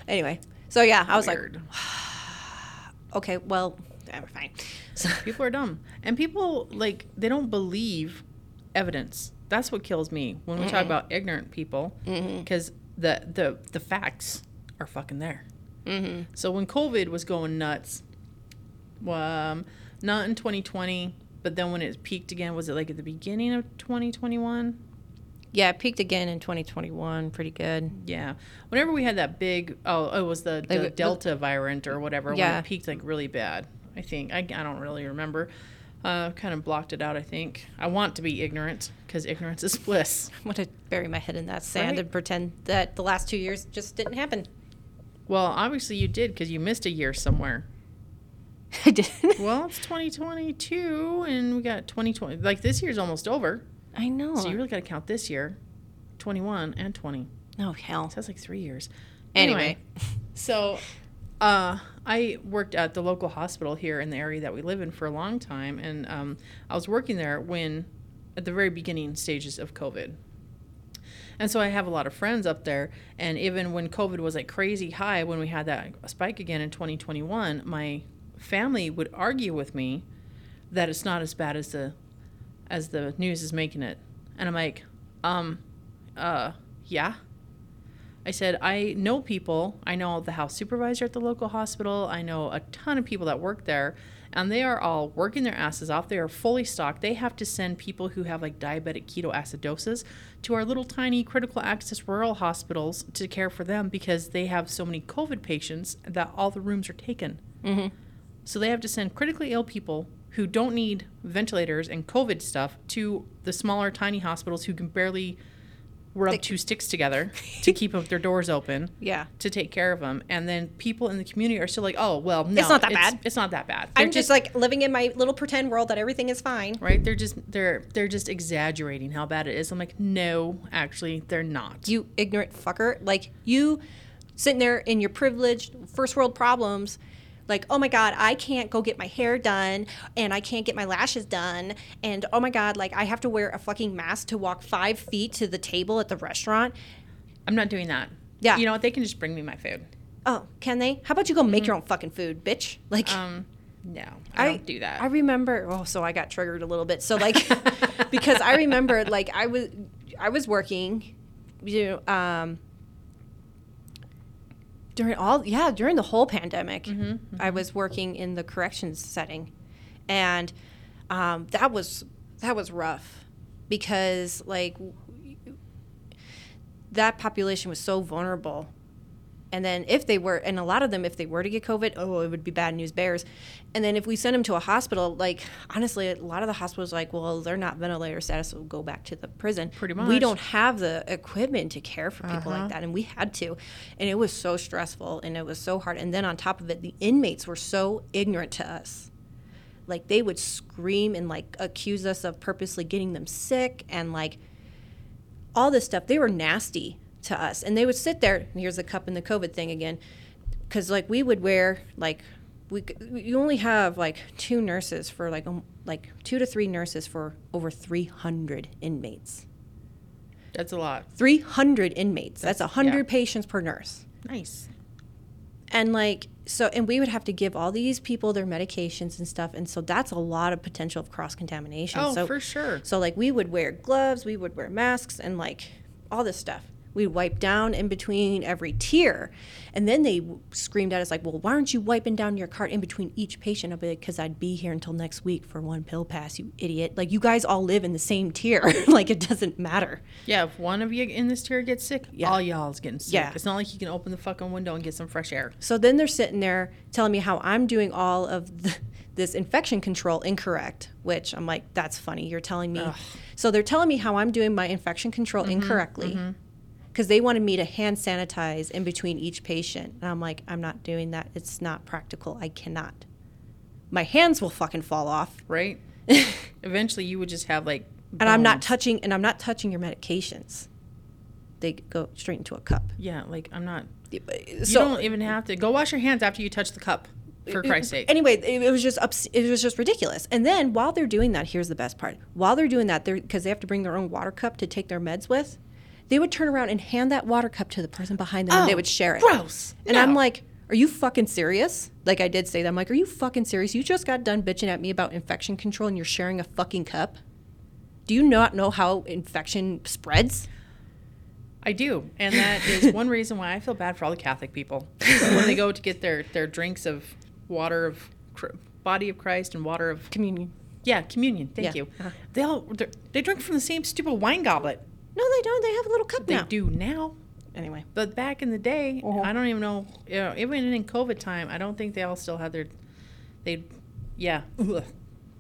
[SPEAKER 3] Anyway, so yeah, I was
[SPEAKER 2] Weird.
[SPEAKER 3] like, okay, well, yeah, we're fine. So,
[SPEAKER 2] people are dumb and people like they don't believe evidence that's what kills me when we talk about ignorant people because the, the the facts are fucking there
[SPEAKER 3] Mm-hmm.
[SPEAKER 2] so when covid was going nuts um, not in 2020 but then when it peaked again was it like at the beginning of 2021
[SPEAKER 3] yeah, it peaked again in 2021, pretty good.
[SPEAKER 2] yeah whenever we had that big oh it was the, the
[SPEAKER 3] Like, it-
[SPEAKER 2] delta variant or whatever when
[SPEAKER 3] Yeah.
[SPEAKER 2] it peaked like really bad i think i, I don't really remember uh, kind of blocked it out i think i want to be ignorant because ignorance is bliss
[SPEAKER 3] I'm gonna bury my head in that sand
[SPEAKER 2] Right.
[SPEAKER 3] and pretend that the last two years just didn't happen.
[SPEAKER 2] well obviously you did because you missed a year somewhere
[SPEAKER 3] I did.
[SPEAKER 2] well it's 2022 and we got 2020 like this year's almost over
[SPEAKER 3] I know.
[SPEAKER 2] so you really got to count this year 21 and 20
[SPEAKER 3] oh hell.
[SPEAKER 2] So that's like three years.
[SPEAKER 3] Anyway.
[SPEAKER 2] so uh, I worked at the local hospital here in the area that we live in for a long time, and um, I was working there when at the very beginning stages of COVID. And so I have a lot of friends up there, and even when COVID was like crazy high, when we had that spike again in 2021, my family would argue with me that it's not as bad as the as the news is making it. And I'm like, um, uh, yeah. I said, I know people. I know the house supervisor at the local hospital. I know a ton of people that work there, and they are all working their asses off. They are fully stocked. They have to send people who have like diabetic ketoacidosis to our little tiny critical access rural hospitals to care for them because they have so many COVID patients that all the rooms are taken. So they have to send critically ill people who don't need ventilators and COVID stuff to the smaller, tiny hospitals who can barely rub
[SPEAKER 3] They-
[SPEAKER 2] two sticks together to keep up their doors open
[SPEAKER 3] Yeah.
[SPEAKER 2] to take care of them. And then people in the community are still like, "Oh, well, no,
[SPEAKER 3] not that bad."
[SPEAKER 2] It's not that bad."
[SPEAKER 3] I'm just, like living in my little pretend world that everything is fine.
[SPEAKER 2] right. They're just they're they're just exaggerating how bad it is. I'm like, no, actually, they're not.
[SPEAKER 3] You ignorant fucker. Like you sitting there in your privileged first world problems. Like, oh my God, I can't go get my hair done and I can't get my lashes done. And oh my God, like I have to wear a fucking mask to walk five feet to the table at the restaurant.
[SPEAKER 2] I'm not doing that.
[SPEAKER 3] Yeah.
[SPEAKER 2] You know what? They can just bring me my food.
[SPEAKER 3] Oh, can they? How about you go make your own fucking food, bitch? Like,
[SPEAKER 2] Um, no, I, don't do that.
[SPEAKER 3] I remember. Oh, so I got triggered a little bit. So like, because I remember, like I was, I was working, you know, um, during all yeah during the whole
[SPEAKER 2] Mm-hmm.
[SPEAKER 3] pandemic, I was working in the corrections setting, and um, that was that was rough because like that population was so vulnerable. And then if they were, and a lot of them, if they were to get COVID, oh, it would be bad news bears. And then if we send them to a hospital, like honestly, a lot of the hospitals are like, well, they're not ventilator status, so go back to the prison.
[SPEAKER 2] Pretty
[SPEAKER 3] We
[SPEAKER 2] much.
[SPEAKER 3] don't have the equipment to care for people like that, and we had to. And it was so stressful, and it was so hard. And then on top of it, the inmates were so ignorant to us like they would scream and like accuse us of purposely getting them sick and like all this stuff they were nasty to us and they would sit there and here's the cup and the covid thing again because like we would wear like we c- you only have like two nurses for like um, like two to three nurses for over 300 inmates
[SPEAKER 2] That's a lot.
[SPEAKER 3] 300 inmates that's,
[SPEAKER 2] That's-
[SPEAKER 3] 100
[SPEAKER 2] yeah.
[SPEAKER 3] patients per nurse
[SPEAKER 2] Nice.
[SPEAKER 3] and like so and we would have to give all these people their medications and stuff and so that's a lot of potential of cross contamination
[SPEAKER 2] Oh,
[SPEAKER 3] so
[SPEAKER 2] for sure.
[SPEAKER 3] so like we would wear gloves we would wear masks and like all this stuff. We'd wipe down in between every tier. And then they w- screamed at us, like, well, why aren't you wiping down your cart in between each patient? I'll be like, because I'd be here until next week for one pill pass, you idiot. Like, you guys all live in the same tier. like, it doesn't matter.
[SPEAKER 2] Yeah, if one of you in this tier gets sick,
[SPEAKER 3] Yeah.
[SPEAKER 2] all y'all's getting sick.
[SPEAKER 3] Yeah.
[SPEAKER 2] It's not like you can open the fucking window and get some fresh air.
[SPEAKER 3] So then they're sitting there telling me how I'm doing all of the, this infection control incorrect, which I'm like, that's funny. You're telling me. So they're telling me how I'm doing my infection
[SPEAKER 2] Mm-hmm,
[SPEAKER 3] control incorrectly because they wanted me to hand sanitize in between each patient. And I'm like, I'm not doing that. It's not practical. I cannot. My hands will fucking fall off.
[SPEAKER 2] Right? Eventually you would just have like
[SPEAKER 3] And I'm not
[SPEAKER 2] bones.
[SPEAKER 3] touching and I'm not touching your medications. They go straight into a cup.
[SPEAKER 2] Yeah, like I'm not
[SPEAKER 3] So,
[SPEAKER 2] You don't even have to go wash your hands after you touch the cup, for Christ's sake.
[SPEAKER 3] Anyway, it, it was just ups, it was just ridiculous. And then while they're doing that, here's the best part. While they're doing that, they're because they have to bring their own water cup to take their meds with. They would turn around and hand that water cup to the person behind them, and they
[SPEAKER 2] Oh,
[SPEAKER 3] would share it.
[SPEAKER 2] gross.
[SPEAKER 3] And I'm
[SPEAKER 2] No.
[SPEAKER 3] like, "Are you fucking serious?" Like I did say that. I'm like, "Are you fucking serious? You just got done bitching at me about infection control, and you're sharing a fucking cup." Do you not know how infection spreads?
[SPEAKER 2] I do. And that is one reason why I feel bad for all the Catholic people. when they go to get their, their drinks of water of Chr- body of Christ and water of
[SPEAKER 3] Communion.
[SPEAKER 2] yeah, communion. Thank
[SPEAKER 3] Yeah.
[SPEAKER 2] you.
[SPEAKER 3] Uh-huh.
[SPEAKER 2] They all they're- they drink from the same stupid wine goblet.
[SPEAKER 3] No, they don't. They have a little cup
[SPEAKER 2] They
[SPEAKER 3] now.
[SPEAKER 2] do now.
[SPEAKER 3] Anyway.
[SPEAKER 2] But back in the day,
[SPEAKER 3] Uh-huh.
[SPEAKER 2] I don't even know, you know, even in COVID time, I don't think they all still had their, they, yeah, Ugh.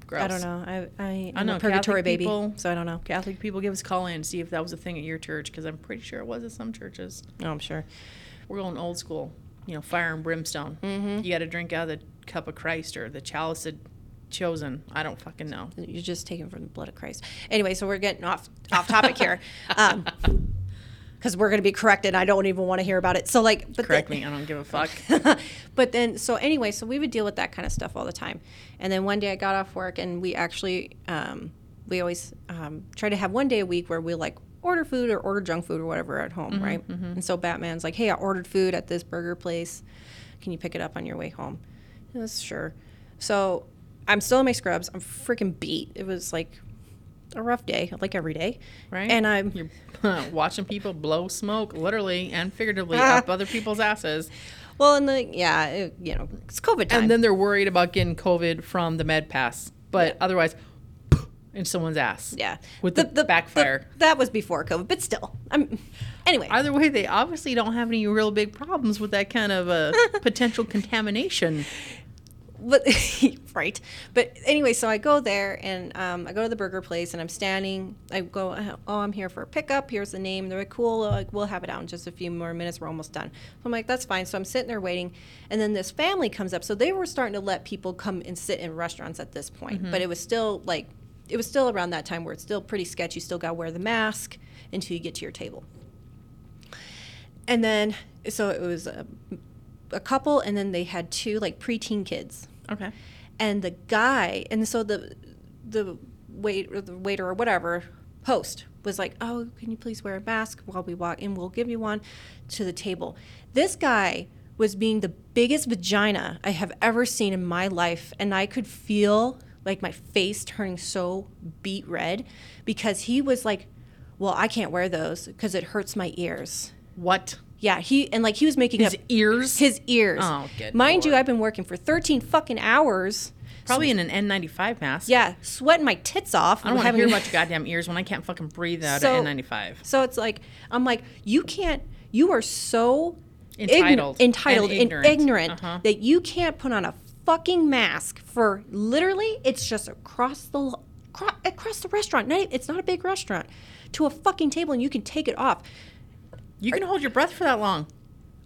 [SPEAKER 2] gross.
[SPEAKER 3] I don't know. I, I, I'm
[SPEAKER 2] know,
[SPEAKER 3] a purgatory
[SPEAKER 2] Catholic
[SPEAKER 3] baby,
[SPEAKER 2] people-
[SPEAKER 3] so I don't know.
[SPEAKER 2] Catholic people give us a call in and see if that was a thing at your church because I'm pretty sure it was at some churches.
[SPEAKER 3] Oh, I'm sure.
[SPEAKER 2] We're going old school, you know, fire and brimstone.
[SPEAKER 3] Mm-hmm.
[SPEAKER 2] You got to drink out of the cup of Christ or the chalice of chosen. I don't fucking know.
[SPEAKER 3] You're just taken from the blood of Christ. Anyway, so we're getting off off topic here, because we're going to be corrected. I don't even want to hear about it. So like, but
[SPEAKER 2] Correct
[SPEAKER 3] then,
[SPEAKER 2] me, I don't give a fuck.
[SPEAKER 3] but then, so anyway, so we would deal with that kind of stuff all the time. And then one day I got off work, and we actually um, we always um, try to have one day a week where we like order food or order junk food or whatever at home,
[SPEAKER 2] Mm-hmm,
[SPEAKER 3] right? And so Batman's like, "Hey, I ordered food at this burger place. Can you pick it up on your way home?" And I was, sure. So I'm still in my scrubs. I'm freaking beat. It was like a rough day, like every day,
[SPEAKER 2] Right?
[SPEAKER 3] And I'm
[SPEAKER 2] You're watching people blow smoke, literally and figuratively,
[SPEAKER 3] Uh-huh.
[SPEAKER 2] up other people's asses.
[SPEAKER 3] well, and the yeah, it, you know, it's COVID time.
[SPEAKER 2] And then they're worried about getting COVID from the med pass, but otherwise, in someone's ass.
[SPEAKER 3] Yeah.
[SPEAKER 2] With the backfire.
[SPEAKER 3] that was before COVID, but still. I'm anyway.
[SPEAKER 2] Either way, they obviously don't have any real big problems with that kind of uh, potential contamination.
[SPEAKER 3] but right. But anyway, so I go there and um, I go to the burger place and I'm standing. I go, oh, I'm here for a pickup. Here's the name. They're like, cool. uh, Like we'll have it out in just a few more minutes. We're almost done. So I'm like, that's fine. So I'm sitting there waiting, and then this family comes up. So they were starting to let people come and sit in restaurants at this point, but it was still like, it was still around that time where it's still pretty sketchy. You still got to wear the mask until you get to your table. And then, so it was a, a couple, and then they had two like preteen kids
[SPEAKER 2] Okay.
[SPEAKER 3] and the guy and so the the wait or the waiter or whatever host was like oh can you please wear a mask while we walk and we'll give you one to the table this guy was being the biggest vagina i have ever seen in my life and i could feel like my face turning so beet red because he was like well i can't wear those because it hurts my ears
[SPEAKER 2] What?
[SPEAKER 3] yeah he and like he was making
[SPEAKER 2] His
[SPEAKER 3] up
[SPEAKER 2] ears?
[SPEAKER 3] his ears
[SPEAKER 2] Oh, good
[SPEAKER 3] mind you
[SPEAKER 2] lord.
[SPEAKER 3] i've been working for 13 fucking hours
[SPEAKER 2] Probably in an N95 mask.
[SPEAKER 3] yeah, sweating my tits off.
[SPEAKER 2] I don't want to hear about your goddamn ears when I can't fucking breathe out
[SPEAKER 3] So-
[SPEAKER 2] of N95.
[SPEAKER 3] So it's like I'm like, you can't. You are so ign-
[SPEAKER 2] Entitled and
[SPEAKER 3] entitled, and ignorant,
[SPEAKER 2] ignorant. Uh-huh.
[SPEAKER 3] that you can't put on a fucking mask for literally. It's just across the lo- cro- across the restaurant. Not, e- it's not a big restaurant. To a fucking table and you can take it off.
[SPEAKER 2] You can hold your breath for that long.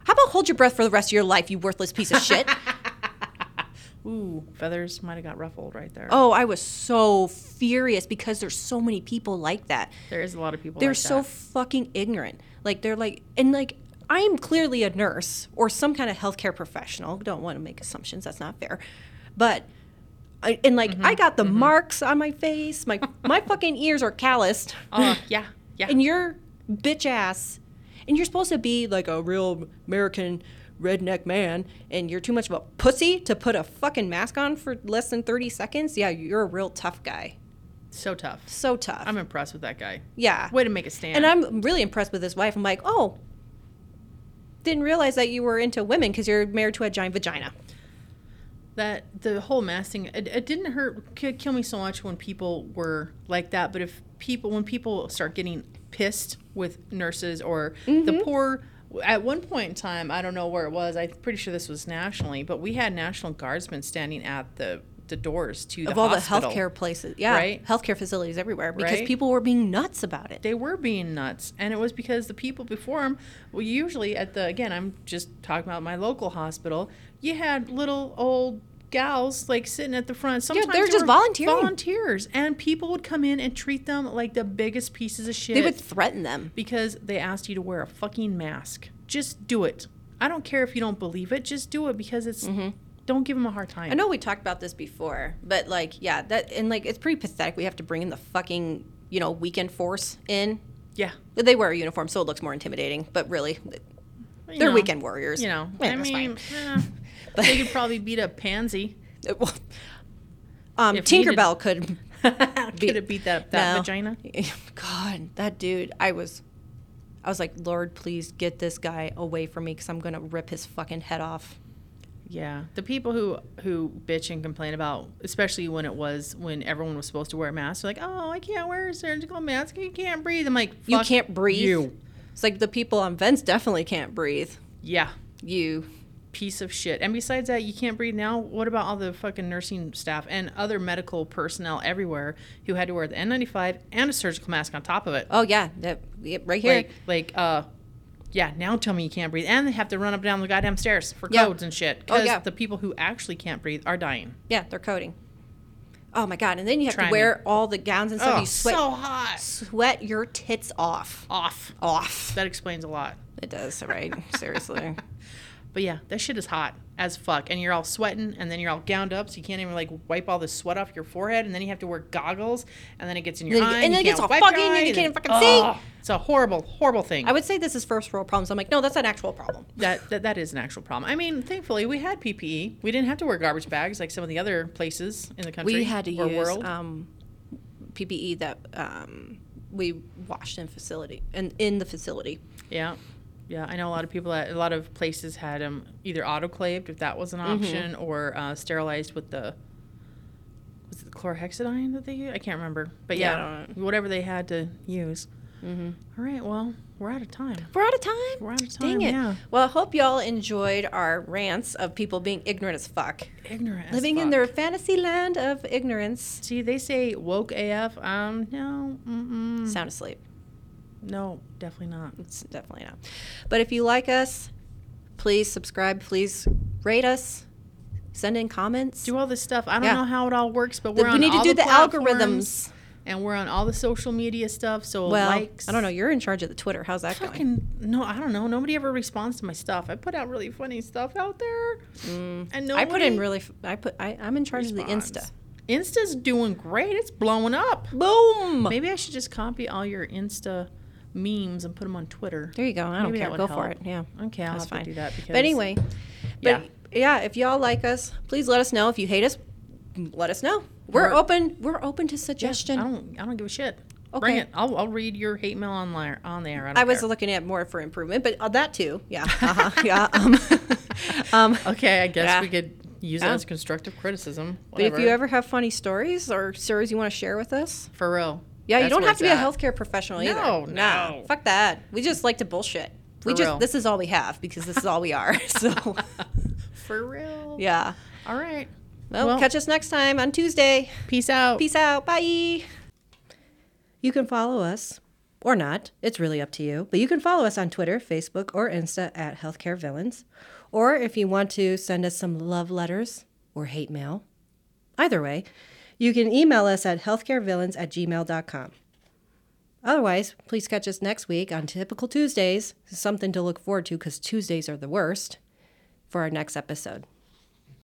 [SPEAKER 3] How about hold your breath for the rest of your life, you worthless piece of shit?
[SPEAKER 2] Ooh, feathers might have got ruffled right there.
[SPEAKER 3] oh, I was so furious because there's so many people like that.
[SPEAKER 2] There is a lot of people.
[SPEAKER 3] they're
[SPEAKER 2] like
[SPEAKER 3] so
[SPEAKER 2] that.
[SPEAKER 3] fucking ignorant. Like they're like, and like I am clearly a nurse or some kind of healthcare professional. Don't want to make assumptions. That's not fair. But I, and like
[SPEAKER 2] Mm-hmm.
[SPEAKER 3] I got the marks on my face. My my fucking ears are calloused.
[SPEAKER 2] Uh, yeah, yeah.
[SPEAKER 3] and you're bitch ass, and you're supposed to be like a real American redneck man, and you're too much of a pussy to put a fucking mask on for less than thirty seconds. Yeah, you're a real tough guy.
[SPEAKER 2] So tough.
[SPEAKER 3] So tough.
[SPEAKER 2] I'm impressed with that guy.
[SPEAKER 3] yeah.
[SPEAKER 2] Way to make a stand.
[SPEAKER 3] And I'm really impressed with his wife. I'm like, oh, didn't realize that you were into women because you're married to a giant vagina.
[SPEAKER 2] that the whole mass thing it, it didn't hurt could kill me so much when people were like that but if people when people start getting pissed with nurses or the poor at one point in time i don't know where it was i'm pretty sure this was nationally but we had national guardsmen standing at the the doors to the
[SPEAKER 3] of all
[SPEAKER 2] hospital.
[SPEAKER 3] the healthcare places, yeah,
[SPEAKER 2] Right?
[SPEAKER 3] healthcare facilities everywhere because
[SPEAKER 2] Right?
[SPEAKER 3] people were being nuts about it.
[SPEAKER 2] they were being nuts and it was because the people before them well usually at the again i'm just talking about my local hospital you had little old gals like sitting at the front sometimes
[SPEAKER 3] they're
[SPEAKER 2] they
[SPEAKER 3] just
[SPEAKER 2] were
[SPEAKER 3] volunteering.
[SPEAKER 2] volunteers and people would come in and treat them like the biggest pieces of shit
[SPEAKER 3] They would threaten them.
[SPEAKER 2] because they asked you to wear a fucking mask just do it i don't care if you don't believe it just do it because it's don't give them a hard time
[SPEAKER 3] Mm-hmm. I know we talked about this before, but like, yeah, that and like, it's pretty pathetic. We have to bring in the fucking, you know, weekend force in.
[SPEAKER 2] yeah
[SPEAKER 3] They wear a uniform, so it looks more intimidating. But really,
[SPEAKER 2] You
[SPEAKER 3] they're
[SPEAKER 2] know,
[SPEAKER 3] weekend warriors.
[SPEAKER 2] you know
[SPEAKER 3] Yeah,
[SPEAKER 2] i
[SPEAKER 3] that's
[SPEAKER 2] mean
[SPEAKER 3] fine.
[SPEAKER 2] eh, they could probably beat a pansy
[SPEAKER 3] Well, um,
[SPEAKER 2] If
[SPEAKER 3] Tinkerbell could.
[SPEAKER 2] could have beat that, that
[SPEAKER 3] No.
[SPEAKER 2] vagina
[SPEAKER 3] God, that dude. I was, I was like, Lord, please get this guy away from me because I'm gonna rip his fucking head off.
[SPEAKER 2] Yeah, the people who who bitch and complain about, especially when it was when everyone was surposed to wear masks, they're like, "Oh, I can't wear a surgical mask. You can't breathe." I'm like,
[SPEAKER 3] You
[SPEAKER 2] "Fuck
[SPEAKER 3] can't breathe.
[SPEAKER 2] You.
[SPEAKER 3] It's like the people on vents definitely can't breathe.
[SPEAKER 2] Yeah,
[SPEAKER 3] You.
[SPEAKER 2] piece of shit. And besides that, you can't breathe now. What about all the fucking nursing staff and other medical personnel everywhere who had to wear the N95 and a surgical mask on top of it?
[SPEAKER 3] Oh yeah, that yeah, right here.
[SPEAKER 2] Like, like, uh, yeah. Now tell me you can't breathe, and they have to run up and down the goddamn stairs for
[SPEAKER 3] Yeah.
[SPEAKER 2] codes and shit
[SPEAKER 3] Oh,
[SPEAKER 2] because
[SPEAKER 3] yeah.
[SPEAKER 2] the people who actually can't breathe are dying.
[SPEAKER 3] yeah, they're coding. Oh my god, and then you have
[SPEAKER 2] Try
[SPEAKER 3] to
[SPEAKER 2] me.
[SPEAKER 3] wear all the gowns and stuff.
[SPEAKER 2] oh,
[SPEAKER 3] you sweat
[SPEAKER 2] so hot.
[SPEAKER 3] sweat your tits off.
[SPEAKER 2] Off.
[SPEAKER 3] Off.
[SPEAKER 2] That explains a lot.
[SPEAKER 3] It does, right? Seriously.
[SPEAKER 2] But yeah, that shit is hot as fuck. And you're all sweating and then you're all gowned up so you can't even like wipe all the sweat off your forehead and then you have to wear goggles and then it gets in your
[SPEAKER 3] Then it-
[SPEAKER 2] eye.
[SPEAKER 3] and then it
[SPEAKER 2] you
[SPEAKER 3] gets
[SPEAKER 2] can't wipe
[SPEAKER 3] all
[SPEAKER 2] your
[SPEAKER 3] foggy and
[SPEAKER 2] eye
[SPEAKER 3] you can't
[SPEAKER 2] then-
[SPEAKER 3] fucking see.
[SPEAKER 2] Ugh. It's a horrible, horrible thing.
[SPEAKER 3] I would say this is first world problems. I'm like, no, that's an actual problem.
[SPEAKER 2] that, that that is an actual problem. I mean, thankfully we had PPE. We didn't have to wear garbage bags like some of the other places in the country.
[SPEAKER 3] We had to
[SPEAKER 2] or
[SPEAKER 3] use
[SPEAKER 2] world.
[SPEAKER 3] Um, PPE that um, we washed in facility and in the facility.
[SPEAKER 2] Yeah. Yeah, I know a lot of people that a lot of places had them either autoclaved if that was an
[SPEAKER 3] Mm-hmm.
[SPEAKER 2] option or uh, sterilized with the was it the chlorhexidine that they used? I can't remember. But
[SPEAKER 3] Yeah, I
[SPEAKER 2] yeah, whatever they had to use. All right, well, we're out of time.
[SPEAKER 3] We're out of time.
[SPEAKER 2] Mm-hmm. We're out of time,
[SPEAKER 3] Dang it.
[SPEAKER 2] yeah.
[SPEAKER 3] Well, I hope y'all enjoyed our rants of people being ignorant as fuck.
[SPEAKER 2] Ignorant. as
[SPEAKER 3] Living in
[SPEAKER 2] fuck.
[SPEAKER 3] their fantasy land of ignorance.
[SPEAKER 2] See, they say woke AF. Um, no, mm-mm,
[SPEAKER 3] Sound asleep.
[SPEAKER 2] no, definitely not.
[SPEAKER 3] It's definitely not. But if you like us, please subscribe. Please rate us. Send in comments.
[SPEAKER 2] Do all this stuff. I don't
[SPEAKER 3] Yeah.
[SPEAKER 2] know how it all works, but
[SPEAKER 3] The-
[SPEAKER 2] we're
[SPEAKER 3] we
[SPEAKER 2] on
[SPEAKER 3] need to
[SPEAKER 2] all
[SPEAKER 3] do the,
[SPEAKER 2] platforms,
[SPEAKER 3] algorithms.
[SPEAKER 2] and we're on all the social media stuff. So
[SPEAKER 3] Well,
[SPEAKER 2] likes.
[SPEAKER 3] I don't know. You're in charge of the Twitter. How's that going?
[SPEAKER 2] fucking no i don't know nobody ever responds to my stuff i put out really funny stuff out there and no
[SPEAKER 3] Mm. I put in really. f- I put. I, I'm in charge of the Insta.
[SPEAKER 2] insta's doing great it's blowing up
[SPEAKER 3] Boom.
[SPEAKER 2] maybe i should just copy all your insta memes and put them on twitter
[SPEAKER 3] There you go. I don't
[SPEAKER 2] Maybe that
[SPEAKER 3] care.
[SPEAKER 2] would
[SPEAKER 3] Go for it.
[SPEAKER 2] help.
[SPEAKER 3] Yeah.
[SPEAKER 2] okay i'll
[SPEAKER 3] That's
[SPEAKER 2] have to
[SPEAKER 3] fine.
[SPEAKER 2] do that because
[SPEAKER 3] But anyway,
[SPEAKER 2] yeah
[SPEAKER 3] but yeah, if y'all like us, please let us know. If you hate us, let us know. We're,
[SPEAKER 2] We're-
[SPEAKER 3] open. We're open to
[SPEAKER 2] Yeah,
[SPEAKER 3] suggestion.
[SPEAKER 2] i don't i don't give a shit bring
[SPEAKER 3] Okay.
[SPEAKER 2] it i'll, I'll read your hate mail online on there i, don't
[SPEAKER 3] I was
[SPEAKER 2] care.
[SPEAKER 3] looking at more for improvement, but uh, that too. Yeah. Uh-huh, yeah. Um, um,
[SPEAKER 2] okay i guess
[SPEAKER 3] Yeah.
[SPEAKER 2] we could use
[SPEAKER 3] Yeah.
[SPEAKER 2] it as constructive criticism
[SPEAKER 3] but if
[SPEAKER 2] Whatever.
[SPEAKER 3] you ever have funny stories or stories you want to share with us,
[SPEAKER 2] for real
[SPEAKER 3] yeah, you
[SPEAKER 2] that's
[SPEAKER 3] don't
[SPEAKER 2] where
[SPEAKER 3] have to be
[SPEAKER 2] it's
[SPEAKER 3] a
[SPEAKER 2] at.
[SPEAKER 3] healthcare professional either.
[SPEAKER 2] No,
[SPEAKER 3] Nah,
[SPEAKER 2] no.
[SPEAKER 3] fuck that. We just like to bullshit. we
[SPEAKER 2] Oh. For
[SPEAKER 3] just
[SPEAKER 2] real.
[SPEAKER 3] this is all we have because this is all we are. So
[SPEAKER 2] for real
[SPEAKER 3] yeah.
[SPEAKER 2] all right
[SPEAKER 3] Well,
[SPEAKER 2] Well-
[SPEAKER 3] catch us next time on Tuesday.
[SPEAKER 2] peace out
[SPEAKER 3] Peace out. Bye. You can follow us or not. It's really up to you. But you can follow us on Twitter, Facebook, or Insta at Healthcare Villains. Or if you want to send us some love letters or hate mail, either way, you can email us at healthcarevillains at gmail.com. Otherwise, please catch us next week on Typical Tuesdays, something to look forward to because Tuesdays are the worst, for our next episode.